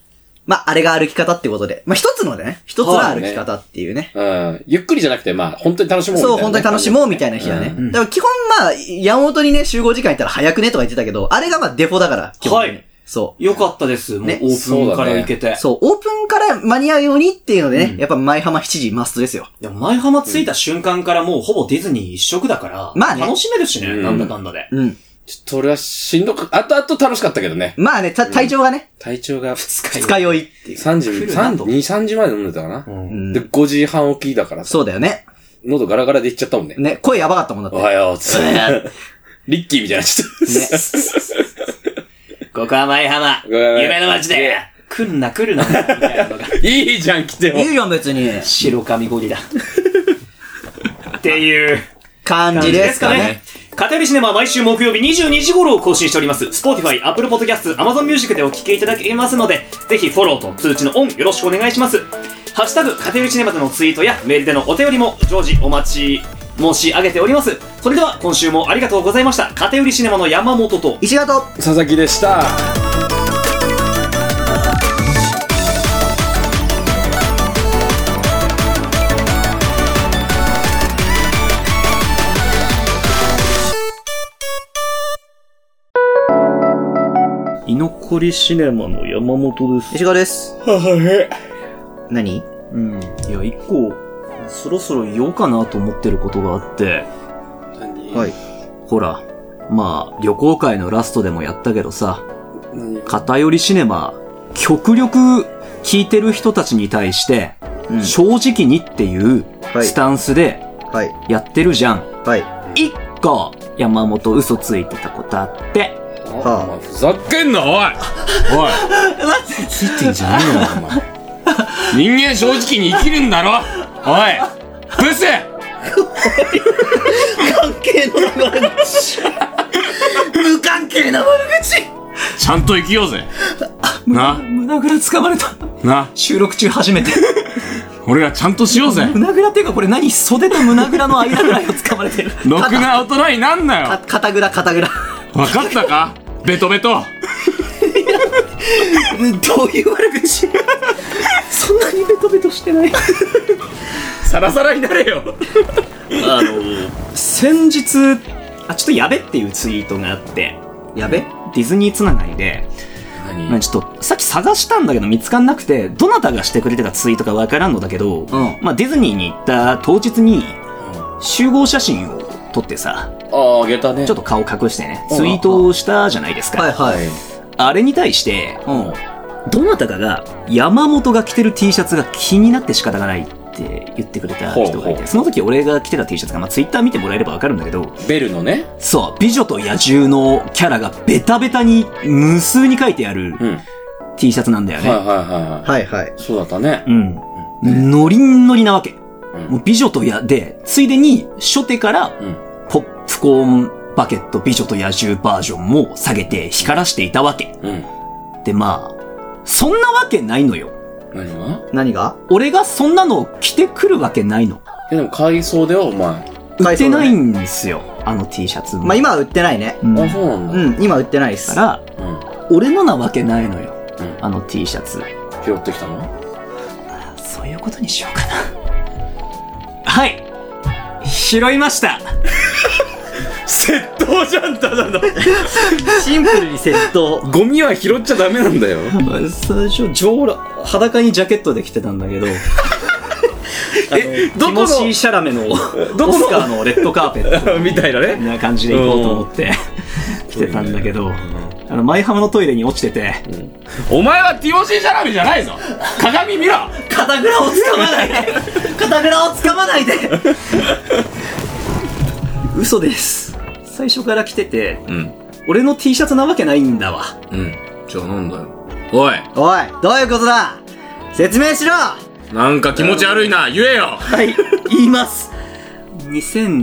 まあ、あれが歩き方ってことで。まあ、一つのね、一つの歩き方っていうね。うん。ゆっくりじゃなくて、まあ、本当に楽しもうみたそいなう、本当に楽しもうみたいな日はね。うんだから基本まあ、山本にね、集合時間行ったら早くねとか言ってたけど、あれがまあデフォだから、基本的にはいそう。よかったです。もうオねープンから行けて。そう、オープンから間に合うようにっていうのでね、やっぱ前浜7時マストですよ。でも、前浜着いた瞬間からもうほぼディズニー一色だから、まあね楽しめるしね、うんなんだかんだで。うん。ちょっと俺はしんどく、あとあと楽しかったけどね。まあね、た体調がね、体調が2二日酔いっていう。 3時、来るな3と2、3時まで飲んでたかな。うんで、5時半起きだからさ、そうだよね。喉ガラガラでいっちゃったもんね。ね、声やばかったもんだっおて。はよう、つって。リッキーみたいな、ちょっね。ここは前浜、こは前浜夢の街で、来るな来るな、みたいなのがと。いいじゃん、来てもい。いじゃん、別に。白髪ゴリラ。っていう。感じですかね。。片寄りシネマは毎週木曜日22時頃を更新しております。Spotify、Apple Podcast、Amazon Music でお聴きいただけますので、ぜひフォローと通知のオンよろしくお願いします。ハッシュタグ、片寄りシネマでのツイートやメールでのお便りも常時お待ち申し上げております。それでは今週もありがとうございました。片寄りシネマの山本と、石形佐々木でした。居残りシネマの山本です。石川です。何うん。いや、一個、そろそろ言おうかなと思ってることがあって、はい。ほら、まあ、旅行会のラストでもやったけどさ、何偏りシネマ、極力聞いてる人たちに対して、うん正直にっていうはいスタンスではい。やってるじゃん。はい。一個、山本嘘ついてたことあって、はあお前ふざけんな、おいおいついてんじゃねえよ。人間正直に生きるんだろおいブス関係の悪 口。無関係の悪口。ちゃんと生きようぜな、胸ぐらつかまれた。な、収録中初 めて。俺らちゃんとしようぜ胸ぐらっていうかこれ何袖と胸ぐらの間ぐらいを掴ま れてる。ろくな大人になんなよか、肩ぐら、肩ぐら。わかったかベトベトどういう悪 口そんなにベトベトしてない。サラサラになれよ先日、あ、ちょっとやべっていうツイートがあって、 やべディズニーつながりで、まあちょっと、さっき探したんだけど見つかんなくて、どなたがしてくれてたツイートかわからんのだけど、んまあディズニーに行った当日に、集合写真を撮ってさ、ああ、げたねちょっと顔隠してね、ツイートをしたじゃないですか。はいはい。あれに対して、うん。どなたかが山本が着てる T シャツが気になって仕方がないって言ってくれた人がほういほうて、その時俺が着てた T シャツが、まあ、ツイッター見てもらえればわかるんだけど、ベルのねそう、美女と野獣のキャラがベタベタに無数に書いてあるうんはい T シャツなんだよはいね。はいははいはい。いそうだったねうん。ノリンノリなわけ。うんもう美女と野、で、ついでに初手からうんポップコーンバケット美女と野獣バージョンも下げて光らしていたわけ。うんで、まあ、そんなわけないのよ。何が何が俺がそんなのを着てくるわけないの。えでも改装だよお前あ売ってないんですよ、あの T シャツも。まあ今は売ってないね。うん、だそうなんだうん、今売ってないっす。から、うん俺のなわけないのよ、うんあの T シャツ。拾ってきたのそういうことにしようかな。はい拾いました窃盗じゃんただのシンプルに窃盗。ゴミは拾っちゃダメなんだよ最初、上裸、裸にジャケットで着てたんだけど、えどこのティモシー・シャラメの、オこのスカーのレッドカーペットみたいなみねたいな感じで行こうと思って、着てたんだけど、あの、舞浜のトイレに落ちてて、お前はティモシー・シャラミじゃないぞ鏡見ろ肩ぐらを掴まないで 肩ぐらを掴まないで嘘です。最初から着てて、うん。俺の T シャツなわけないんだわ。うん。じゃあなんだよ。おいおい、どういうことだ説明しろなんか気持ち悪いな言えよはい、言います。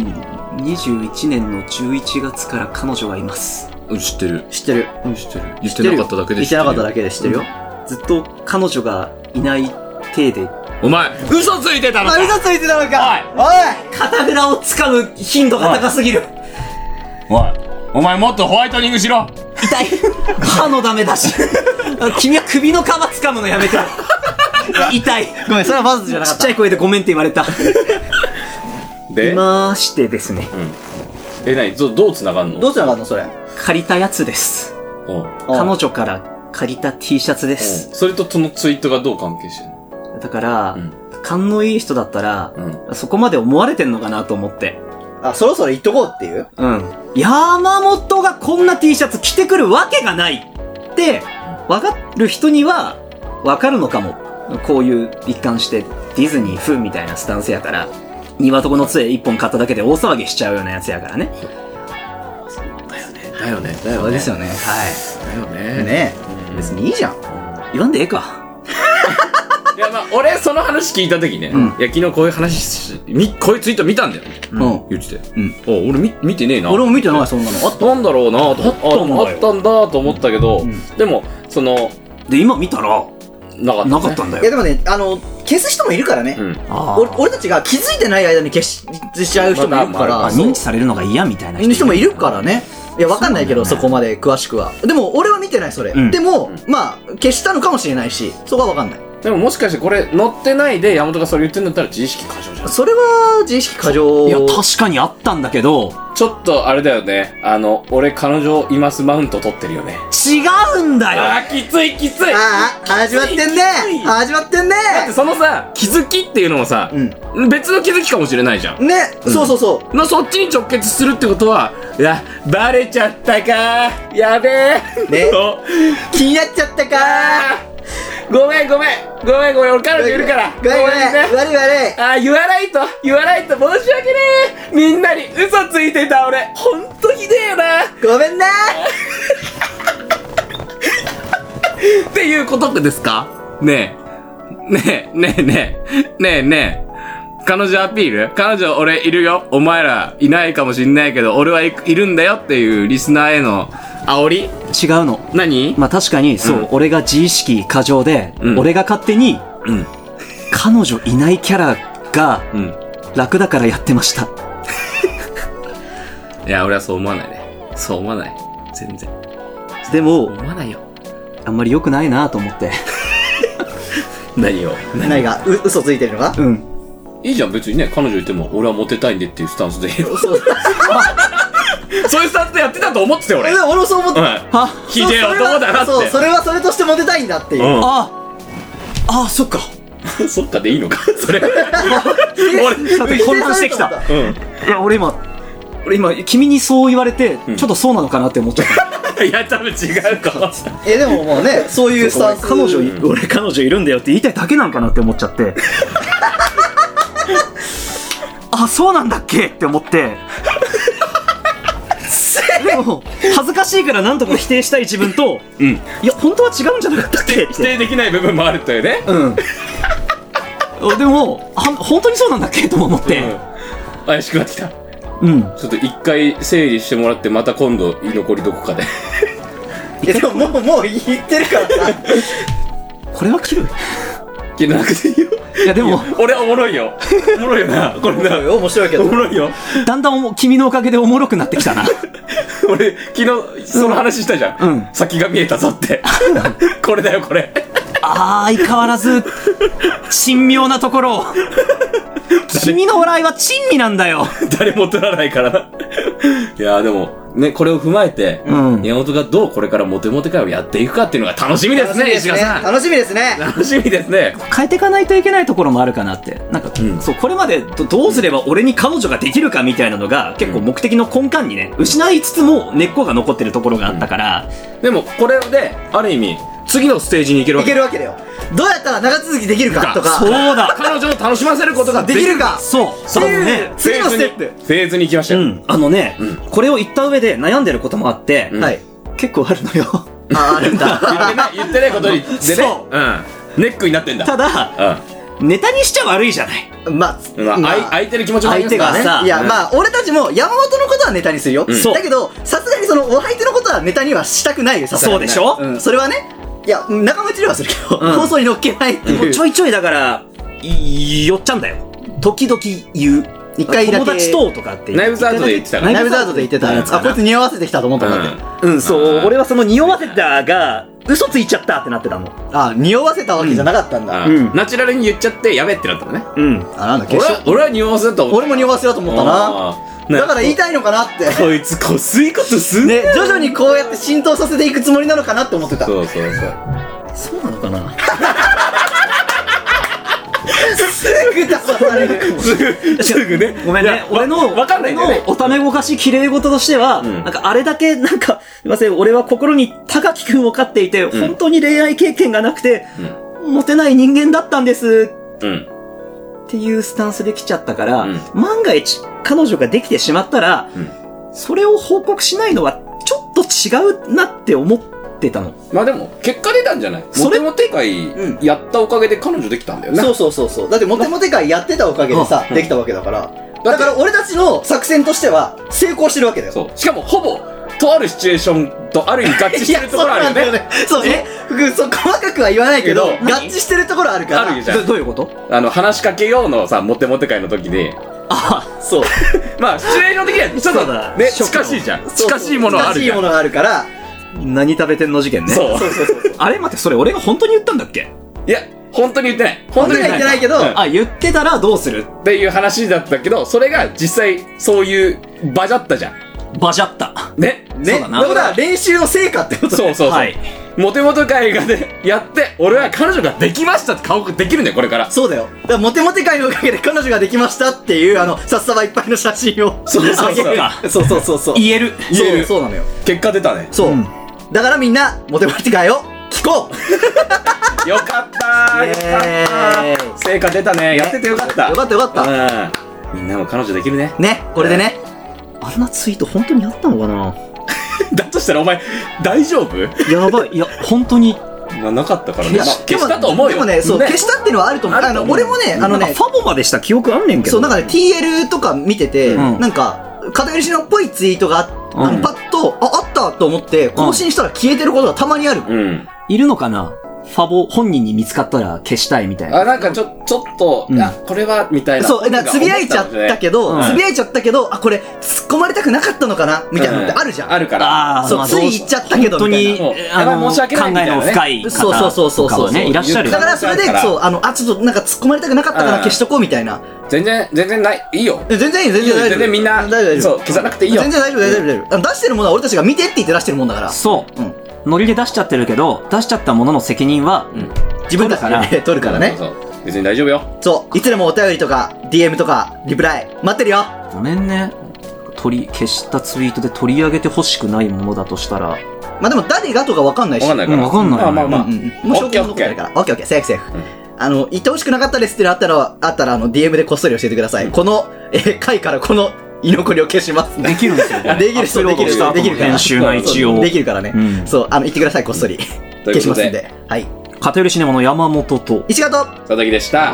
2021年の11月から彼女がいます。うん知ってる。知ってる。うん知ってる。言ってなかっただけで知ってなかっただけ。けで知ってるよ。ずっと彼女がいない体で、お前、嘘ついてたのあ、か嘘ついてたのかお肩ぐらを掴む頻度が高すぎる。おいお前もっとホワイトニングしろ痛い。歯のダメだし。君は首の皮掴むのやめて。痛い。いごめん、それはバズじゃなちかっっちゃい声でごめんって言われた。いで、ましてですね、え、なにどどう繋がんた。のどうしなかったのそれ。借りたやつです。おう彼女から借りた T シャツでおす。うそれとそのツイートがどう関係してるのだから、うん勘のいい人だったら、うそこまで思われてんのかなと思って。あ、そろそろ行っとこうっていううん。山本がこんな T シャツ着てくるわけがないって、わかる人には、わかるのかも。こういう一貫して、ディズニー風みたいなスタンスやから、庭床の杖一本買っただけで大騒ぎしちゃうようなやつやからね。だよね。だそうですよね。だよはい。ね。ねえ。別にいいじゃん。言わんでええか。いやまあ、俺その話聞いた時ね、んいや昨日こういう話し、み、こういうツイート見たんだよ。うん。言ってて。うん。あ、俺見、見てねえな。俺も見てない、そんな の。あったんだろうなとああったんだと思ったけど、でも、その、で、今見たら、なかった、なかったんだいやよ。でもね、あの、消す人もいるからね。うん。あ俺俺たちが気づいてない間に消ししちゃう人もいるまあかまあまら、あそう認知されるのが嫌みたいな人人もいるからね。いや、わかんないけど、そそうこまで詳しくは。でも、俺は見てない、それ。うんでも、まあ、消したのかもしれないし、そこはわかんない。でももしかしてこれ乗ってないで山本がそれ言ってんだったら自意識過剰じゃん。それは、自意識過剰。いや、確かにあったんだけど、ちょっとあれだよね。あの、俺彼女いますマウント取ってるよね。違うんだよあー、きついきついだああ、始まってんねきつい始まってんねってそのさ、気づきっていうのもさ、別の気づきかもしれないじゃん。うん。ね、そうそうそう。のそっちに直結するってことは、いや、バレちゃったかー。やべえ。 ねそう気になっちゃったかあーごめんごめん。ごめんごめん。俺彼女いるから。ごめんごめん。ね。悪い悪い。あー言わないと言わないと申し訳ねえみんなに嘘ついてた俺ほんとひでえよなごめんなっていうことですかねえ。ねえ、ねえねえ。ねえねえ。彼女アピール彼女俺いるよ。お前らいないかもしんないけど、俺はいいるんだよっていうリスナーへの煽り違うの。何まあ確かに、そう、うん俺が自意識過剰で、うん俺が勝手に、うん。彼女いないキャラがうん。楽だからやってました。いや、俺はそう思わないね。そう思わない。全然。でも、思わないよ。あんまり良くないなと思って。何を何が、う、嘘ついてるのかうん。いいじゃん、別にね、彼女いても、俺はモテたいんでっていうスタンスで。そう。 そういうスタンスでやってたと思ってたよ、俺。でうん。も俺もそう思ってた。あ、ひでえ男だなって。そう、それはそれとしてモテたいんだっていう。うんあ、あ、そっか。そっかでいいのか、それ。ちょっと混乱してきた。 ういや、俺今、俺今、君にそう言われて、ちょっとそうなのかなって思っちゃった。ん。いや、多分違うか。え、でももうね、そういうスタンス。彼女い、俺彼女いるんだよって言いたいだけなのかなって思っちゃって。あ、そうなんだっけって思って。でも、恥ずかしいからなんとか否定したい自分と、うん。いや、本当は違うんじゃなかったっけっ否定て。できない部分もあるというね。うん。でも、は本当にそうなんだっけとも思って。うん怪しくなってきた。うん。ちょっと一回整理してもらって、また今度、居残りどこかで。え、でももう、もう言ってるからさ。これは切る切らなくていいよ。いや、でも、俺おもろいよ。おもろいよな。これな。面白いけおど。もろいよ。だんだんおも君のおかげでおもろくなってきたな。 俺、昨日、その話したじゃん。うん先が見えたぞって。 これだよ、これ。 あー、相変わらず、神妙なところを。君の笑いは珍味なんだよ。誰も取らないからな。いやーでも、ね、これを踏まえて、うん山本がどうこれからモテモテ会をやっていくかっていうのが楽しみですね、石川さん。楽しみですね。楽しみですね。変えていかないといけないところもあるかなって。なんか、うんそう、これまでどどうすれば俺に彼女ができるかみたいなのが、結構目的の根幹にね、失いつつも根っこが残ってるところがあったから、でも、これで、ある意味、次のステージに行けるわいけけるわけだよ。どうやったら長続きできるかとか、そうだ彼女を楽しませることがででききるるかそうってそういうね。次のステッフプ。ェーズにフェーズに行きましたうよ。ん。あのね、これを言った上で悩んでることもあって、んはい。結構あるの よ。あ、あるん言っだ。てない、言ってないことに、でね、そうん。ネックになってんだ。ただ、うネタにしちゃ悪いじゃない。まあ、ん。まあ、あい空いてる気持ちもありますから相手がさいや、まあ、俺たちも山本のことはネタにするよ。そうだけど、さすがにそのお相手のことはネタにはしたくないよ、さすがにそうでしょうん、それはね。いや、仲間内ではするけど、ん放送に乗っけないっていう。ちょいちょいだから、い寄っちゃうんだよ。時々言う。一回だけ友達ととかってナ言イう。ブズアウトで言ってたかライブザードで言ってたやつ。あ、こいつ匂わせてきたと思ったんだら。っうて。ん。うん、そう。俺はその匂わせたが、嘘ついちゃったってなってたの。あ、匂わせたわけじゃなかったんだ。うんナチュラルに言っちゃって、やべってなったのね。うん。あ、なんだ、俺決は勝。、俺は匂わせだと思った。俺も匂わせようと思ったな。な。だから言いたいのかなって。こいつ、こすいことすんね、徐々にこうやって浸透させていくつもりなのかなって思ってた。そうそうそう。そうなのか なすぐ出される。すぐね。ごめんね。俺の、わかんないんだよね俺のおためごかし綺麗事としては、んなんかあれだけ、なんか、すいません、俺は心に高木くんを飼っていて、ん本当に恋愛経験がなくて、モテない人間だったんですうん。っていうスタンスで来ちゃったから、うん万が一彼女ができてしまったら、うんそれを報告しないのはちょっと違うなって思ってたの。まあでも、結果出たんじゃないモそテれモテ会、やったおかげで彼女できたんだよね。そうそうそうそう。だってモテモテ会やってたおかげでさ、できたわけだから。だだってから俺たちの作戦としては成功してるわけだよ。そう。しかも、ほぼ、とあるシチュエーションとある意味合致いしてやるところあるよね。ね。そうね。ふそう、細かくは言わないけど、合けど致してるところあるから。あるじゃんどどういうことあの、話しかけようのさ、モテモテ会の時に、そう。 まあ、シチュエーション的には、ちょっそうだと、ね、ショック近のしいじゃん。そう近しいものはある近しじいゃんも。のがあるから、何食べてんの事件ね。そう。あれ待って、それ俺が本当に言ったんだっけいや、本当に言ってない。本当には言ってないけど、うんあ、言ってたらどうするっていう話だったけど、それが実際、そういう場じゃったじゃん。バジャった。ね。ね。そうだなってことは練習の成果ってことそ うそうそう。はいモテモテ会がね、やって、俺は彼女ができましたって顔ができるんだよ、これから。そうだよ。だからモテモテ会のおかげで彼女ができましたっていう、あの、さっさばいっぱいの写真を。そうそうそうそうそうそうそう。言える。言えるそうそうなのよ。結果出た ね。そう。だからみんな、モテモテ会を聞こうよかったー。よイエかったー成果出たね。やっててよかった。よかったよかった。うん。みんなも彼女できるね。 ね、これでね。あんなツイート本当にあったのかなだとしたらお前、大丈夫やばい。いや、本当に。まあ、なかったからね。いまやあ、消したと思うよ。でもね、そう、消したっていうのはあると思う。あの、俺もね、あのなんねか、ファボまでした記憶あんねんけど。そう、なんかね、TL とか見てて、うんなんか、片寄しのっぽいツイートがあ、あうのんパッと、あ、あったと思って、更新したら消えてることがたまにある。うん。いるのかなファボ本人に見つかったら消したいみたいな。あ、なんかちょ、ちょっと、うんあ、これは、みたいな。そう、なんか、つぶやいちゃったけど、うんつぶやいちゃったけど、あ、これ、突っ込まれたくなかったのかなみたいなのってあるじゃん。あるから。ーそうまあつい言っちゃったけど本み当にたいなそう、あやばの、い申し考訳ないみたいえなねの深い方そうそうそうそうそうとかはね、いらっしゃるだから、それでだか、らそう、あの、あ、ちょっと、なんか、突っ込まれたくなかったかうんら消しとこうみたいな。全然、全然ない。いいよ。え全然いいよ、全然大丈夫。全然みんな大丈夫、大丈夫そう消さなくていいよ全然大丈夫、大丈夫、大丈夫。あの出してるものは俺たちが見てって言って出してるもんだから。そう、うんノリで出しちゃってるけど、出しちゃったものの責任は、自分たちでね取るからね。そうそう。別に大丈夫よ。そう。いつでもお便りとか、DM とか、リプライ、待ってるよごめんね。取り、消したツイートで取り上げてほしくないものだとしたら、まあでも誰がとかわかんないし。わかんないから。うんわかんないまあまあまあ。うんうん。もう証拠も残ってるから。オッケーオッケー、セーフセーフうん。あの、言ってほしくなかったですってのあったら、あったら、あの、DM でこっそり教えてください。この、えー、回からこの、居残りを消します。できるんですよ。できる、そうできる、できるから。編集が一そう応。できるからねう。ん。そう、あの、言ってください、こっそり。とい消うこしとますんで、で。はい。偏りシネマの山本と、石川と、佐々木でした。